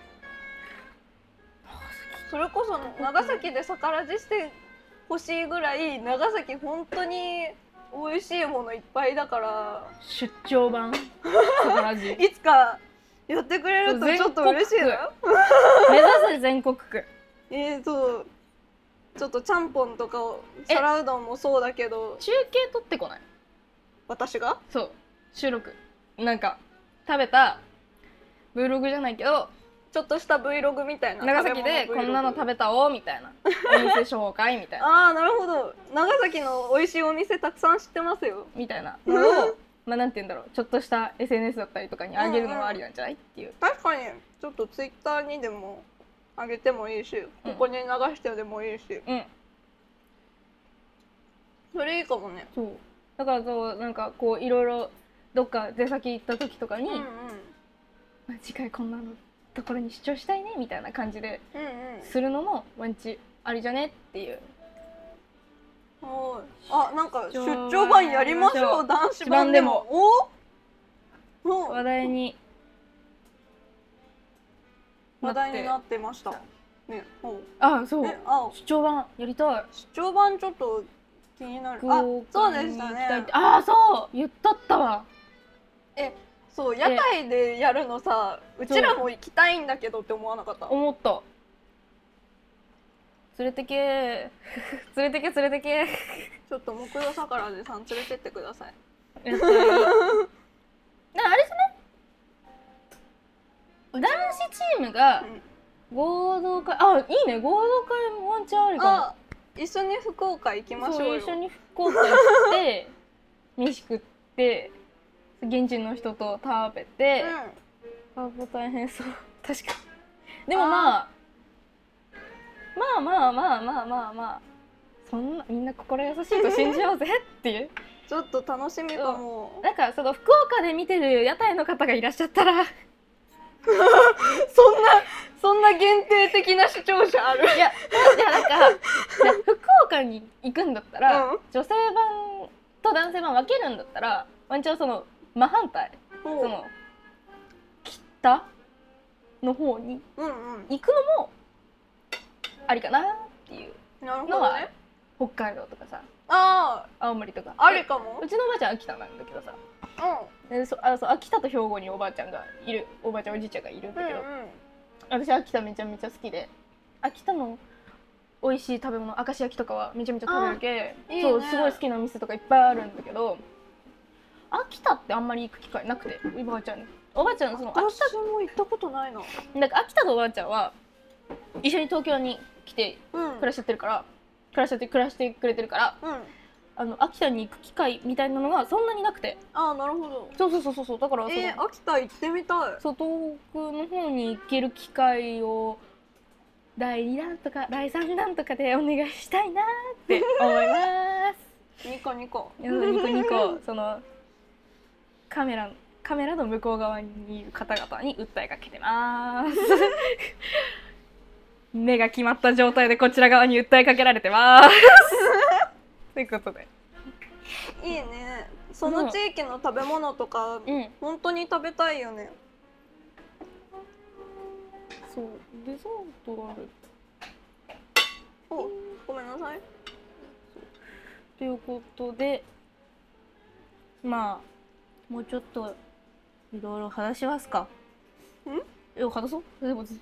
それこそ長崎で逆らじしてほしいぐらい長崎本当に美味しいものいっぱいだから出張版 (laughs) ラジいつかやってくれるとちょっと嬉しいな目指せ全国区えー、そうちょっとちゃんぽんとかを皿うどんもそうだけど中継撮ってこない私がそう収録なんか食べた Vlog じゃないけどちょっとした Vlog みたいな長崎でこんなの食べべたお (laughs) みたいなお店紹介みたいなああーなるほど長崎の美味しいお店たくさん知ってますよみたいなのをまあなんて言うんだろうちょっとした SNS だったりとかにあげるのもありなんじゃないっていう確かにちょっと Twitter にでも上げてもいいしここに流してでもいいし、うんそれいいかもねそうだからそうなんかこういろいろどっか出先行った時とかに、うんうんまあ次回こんなのところに主張したいねみたいな感じでうんするのもワンチありじゃねっていううんはいあなんか出出張張版版ややりりままししょうょう男子版でもおお話題に話題になってました。ね、ほうあそうえ、あ、出張版やりたい出張版ちょっと気になる。あ、そうでしたね。ああそう言ったったわそう、屋台でやるのさ、うちらも行きたいんだけどって思わなかった。思った連れてけー連れてけ連れてけちょっと木曜さからでさん連れてってください。ーなあれじゃない男子チームが合同会あいいね合同会もワンチャンあるかもあ、一緒に福岡行きましそょううよ一。緒に福岡行って飯食って現地の人と食べて、あもう大変そう確かにでもまあまあまあまあまあまあまあそんなみんな心優しいと信じようぜっていううん、ちょっと楽しみかも。なんかその福岡で見てる屋台の方がいらっしゃったらいそんな、そんな限定的な視聴者ある。やじゃなんかいや福岡に行くんだったら、うん女性版と男性版分けるんだったらワンチャンその真反対その北の方にうんうん。行くのもありかなっていうなるほのどはね。北海道とかさあ青森とかあ、あるかもう。ちのおばあちゃん秋田なんだけどさうでそあそう秋田と兵庫におばあちゃんがいるおばあちゃんおじいちゃんがいるんだん。うけど、んうん。私秋田めちゃめちゃ好きで秋田の美味しい食べ物明石焼きとかはめちゃめちゃ食べるけあいいねそうすごい好きなお店とかいっぱいあるんだけど秋田ってあんまり行く機会なくておばあちゃんにおばあちゃんその秋私も行ったことないな。なんか秋田のおばあちゃんは一緒に東京に来てうん暮らしちゃってるから暮らしちゃって暮らしてくれてるからうん。あの秋田に行く機会みたいなのがそんなになくてああ、なるほど。そうそうそうそうそうだからその、えー、秋田行ってみたい。そう東北の方に行ける機会を第2弾とか第3弾とかでお願いしたいなって思います (laughs) ニコニコ。いやニコニコそのカメラカメラの向こう側にいる方々に訴えかけてます (laughs) 目が決まった状態でこちら側に訴えかけられてますということでいいね。その地域の食べ物とか、うん本当に食べたいよね。そうデザートあるお、ごめんなさい。ということでまあもうちょっといろいろ話しますかんえ話そうでもず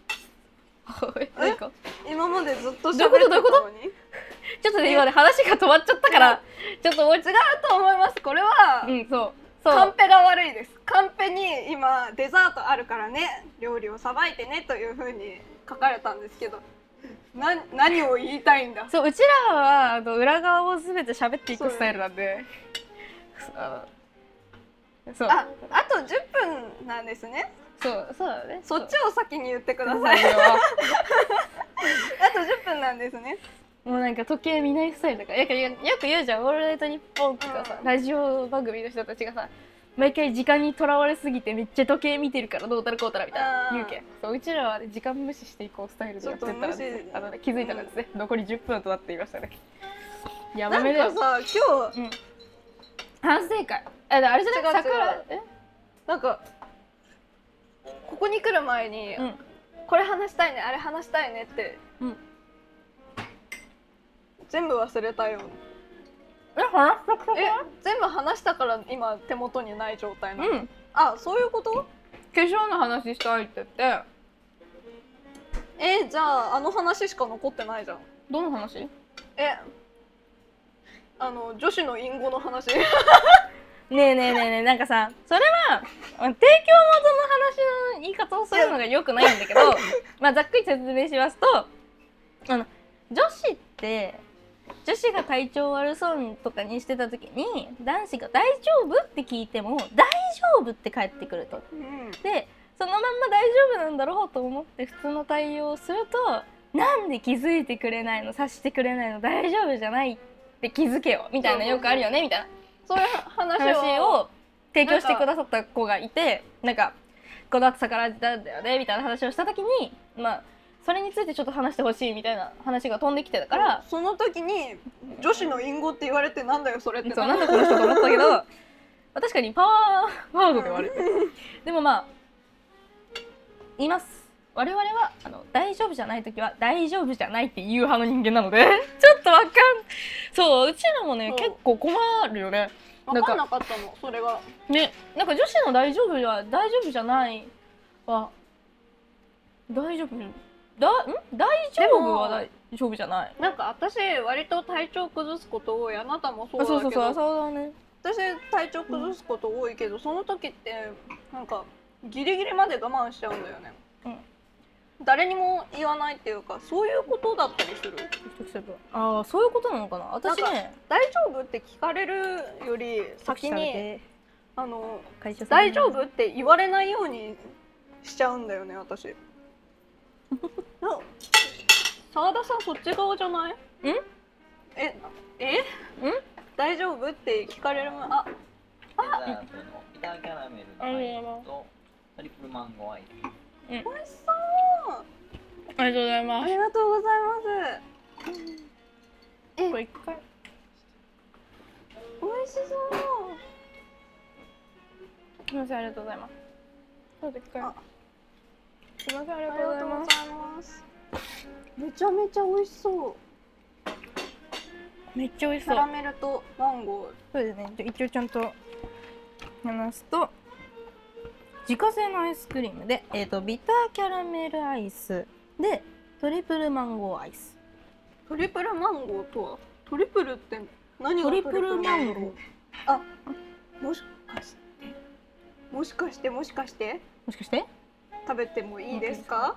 え何か今までずっと喋ってどういうことどういうこたとのに。ちょっとね今ね話が止まっちゃったからちょっともう一度と思います。これは、うんそうそうカンペが悪いです。カンペに今デザートあるからね、料理をさばいてねというふうに書かれたんですけど、な何を言いたいんだ。そううちらはあの裏側を全て喋っていくスタイルなんでそうあのそうあ、あと10分なんですね。そうそうだねそっちを先に言ってくだそうさい。そうだよあと10分なんですね。もうなんか時計見ないスタイルだからよくよく言うじゃん「オールナイトニッポン」とかさ、うんラジオ番組の人たちがさ毎回時間にとらわれすぎてめっちゃ時計見てるからどうたらこうたらみたいなうん言うけんそううちらは、ね、時間無視していこうスタイルでやってたらですちょっね、と無視あのね気づいたらですね、残り10分となっていましたねやなばんめだかよさ、今日反省会あだあれじゃない違う違う桜えなんかここに来る前に、うんこれ話したいねあれ話したいねって、うん全部忘れたよえ話したくえ全部話したから今手元にない状態なの、うんあそういうこと化粧の話したいって言ってえじゃああの話しか残ってないじゃんどの話えあの女子の隠語の話ねえねえねえねえなんかさそれはまあ提供元の話の言い方をするのがよくないんだけどまあざっくり説明しますとあの女子って女子が体調悪そうとかにしてた時に男子が「大丈夫?」って聞いても「大丈夫?」って返ってくると。うんでそのまんま大丈夫なんだろうと思って普通の対応をするとなんで気づいてくれないの察してくれないの大丈夫じゃないって気づけよみたいなよくあるよねみたいな (laughs) そういう話を話を提供してくださった子がいてなんかこの後逆らったんだよねみたいな話をした時にまあそれについてちょっと話してほしいみたいな話が飛んできてたから、その時に女子の隠語って言われてなんだよそれってそうなんだこの人と思ったけどまあ確かにパワーワードではあるでもまあいます我々はあの大丈夫じゃない時は大丈夫じゃないっていう派の人間なのでちょっとわかんそううちらもねそう結構困るよね分かんなかったのそれがねなんか女子の大丈夫は大丈夫じゃないは大丈夫だん大丈夫は大丈夫じゃないなんか私割と体調崩すこと多いあなたもそうあだけそどうそうそう浅尾だね私体調崩すこと多いけど、その時ってなんかギリギリまで我慢しちゃうんだよね、うん誰にも言わないっていうかそういうことだったりするああそういうことなのかな私ね大丈夫って聞かれるより先にあの会社さん大丈夫って言われないようにしちゃうんだよね私 (laughs) な澤田さんそっち側じゃないんええん大丈夫って聞かれる前あデザートのビターキャラメルのアイスとトリプルマンゴーアイス。美味しそうありがとうございまあすりがとうございますこれ一回美味しそうすみませんありがとうございますちょっと一回あすみませんありあがりとうごがざというごまざいますめちゃめちゃ美味しそうすめっちゃ美味しキャラメルとマンゴそうですねじゃあ一応ちゃんと話すと自家製のアイスクリームで、えー、とビターキャラメルアイスでトリプルマンゴーアイスートリプルマンゴーとはトリプルって何がトリプルマンゴーーあもしかしてもしかしてもしかしてもしかしてい食べてもいいですか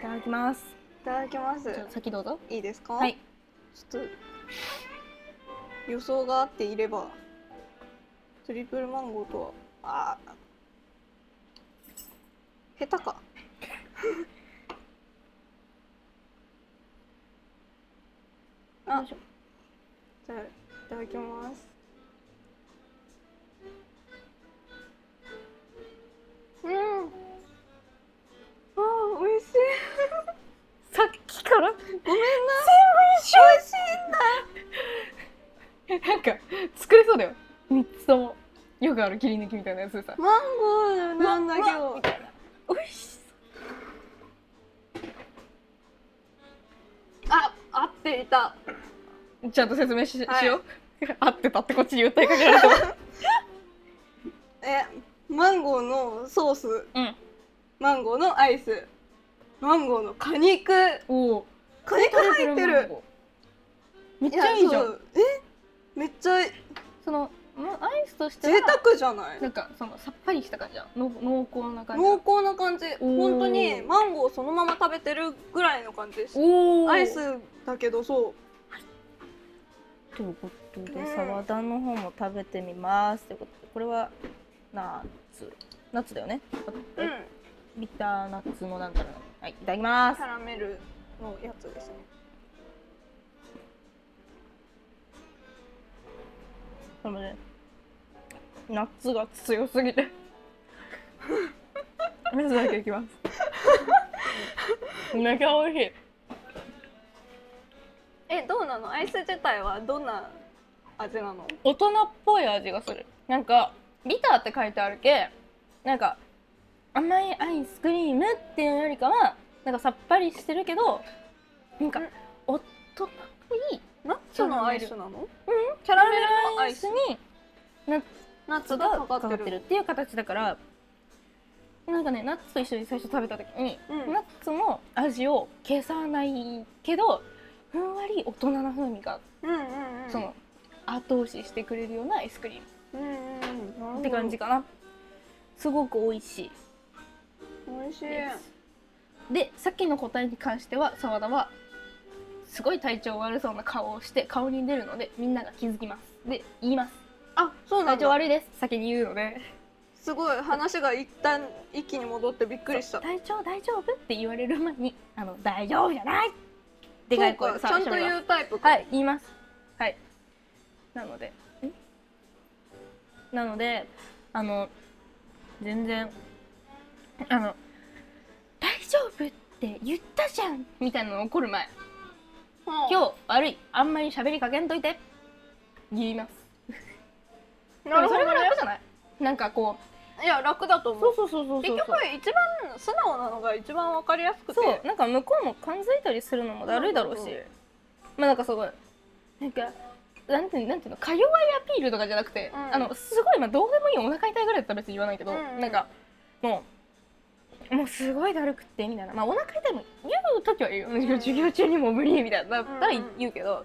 ただきますいただきますじゃあ先どうぞいいですかはいちょっと予想があっていればトリプルマンゴーとはあー下手か (laughs) あよいしょじゃあいただきますうんあー美味しいさっきからごめんな美味しいんだなんか作れそうだよ3つともよくある切り抜きみたいなやつでさマンゴーなんだけうわうわどみたいな美味しあ、合っていた。そうちゃんと説明し,、はいしよう合ってたってこっちに訴えかけられたえ、マンゴーのソース、うんマンゴーのアイス、マンゴーの果肉、おお果肉入ってる。めっちゃいいじゃやんそそうえ、めっちゃ贅のまアイスとしては沢じゃない。なんかそのさっぱりした感じだの濃厚な感じ濃厚な感じ、おー本当にマンゴーそのまま食べてるぐらいの感じです。おーアイスだけどそう。ということでうん沢田の方も食べてみますということでこれはナッツナッツだよねうん、ビターナッツのなんだろうはいいただきまキすャラメルのやつですね。でもねナッツが強すぎ (laughs) てナッツだけいきます (laughs) めっちゃ美味しいえ、どうなの？アイス自体はどんな味なの？大人っぽい味がするなんかビターって書いてあるけなんか甘いアイスクリームっていうよりかはなんかさっぱりしてるけどなんかうん大人っぽいナッツのアイスなの？キャラメルのアイスにナッナッツツががかかかかっっててるる。っていう形だからなんかねナッツと一緒に最初食べた時に、うんナッツの味を消さないけどふんわり大人な風味がうんうんうん。その後押ししてくれるようなアイスクリームうんうんうん。って感じ。かな、すごく美味しい美味しい。ですでさっきの答えに関しては澤田はすごい体調悪そうな顔をして顔に出るのでみんなが気づきますで言いますあ、そうなん体調だ。悪いです先に言うのですごい話が一旦一気に戻ってびっくりした。 (laughs) 体調大丈夫って言われる前にあの大丈夫じゃないでかそうい声かちでゃんとう言うタイプか。はい言いますはいなのでなのであの全然あの「大丈夫」って言ったじゃんみたいなの怒る前「今今日悪いあんまり喋りかけんといて」言います日なるほどそれがね。楽じゃないなんかこういや楽だと思うそうそうそうそうそう結局一番素直なのが一番わかりやすくてそうなんか向こうも感づいたりするのもだるいだろうし、うんうんうんまあなんかすごいなんかなんてなんていうのか弱いアピールとかじゃなくて、うんあのすごいまあどうでもいいお腹痛いぐらいだったら別に言わないけど、うんうんなんかもうもうすごいだるくってみたいなまあお腹痛いも言う時は言うよ、ん授業中にもう無理みたいなだったらうんうん言うけど、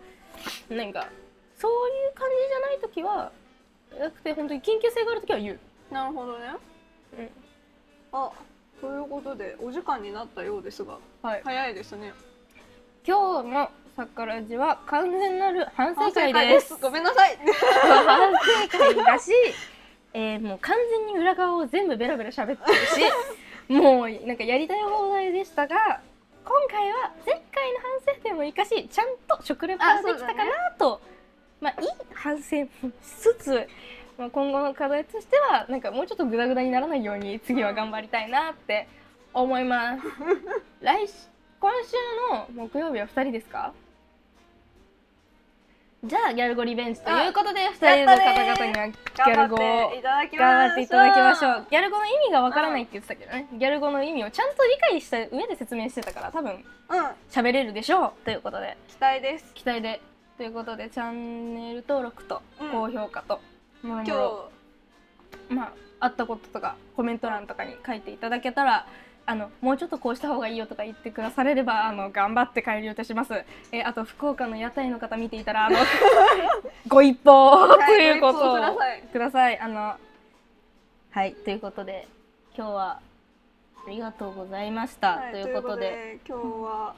なんかそういう感じじゃない時はなくて本当に緊急性がある時は言う。なるほどねうんあということでお時間になったようですがはい、早いですね今日の「さからじ」は完全なる反省会です。ごめんなさい反省会だし、 (laughs) えーもう完全に裏側を全部ベラベラ喋ってる (laughs) しもうなんかやりたい放題でしたが今回は前回の反省点を生かしちゃんと食レポがあでそうきだたねかなと、まあいい反省もしつつ、まあ、今後の課題としてはなんかもうちょっとグダグダにならないように次は頑張りたいなって思い (laughs) ます。来週今週の木曜日は2人ですかじゃあギャルゴリベンジということで2人 (laughs) の方々にはギャル頑語張っをていただきましょう頑張っていただきましょうギャル語の意味がわからないって言ってたけどねギャル語の意味をちゃんと理解した上で説明してたから多分うん喋れるでしょうということで期待です期待でということでチャンネル登録とうん高評価ともろも今ろ日まあ、あったこととかコメント欄とかに書いていただけたらあのもうちょっとこうした方がいいよとか言ってくだされればあの頑張って改良いたします、えーあと福岡の屋台の方見ていたら (laughs) あのご一報ということをご一報くださいくださいあのはいということで今日はありがとうございました、はいということでということで今日は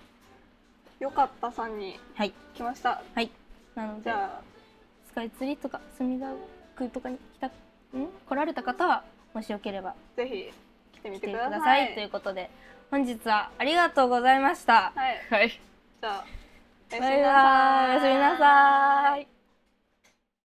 よかったさんにはい来ましたはいなのじでゃあスカイツリーとか墨田区とかに来たん来られた方はもしよければぜひ来てみ来ててくくだだささいいということで本日はありがとうございました。はいはい、じゃあおやすバみイなさーバイ、おやすみなさい。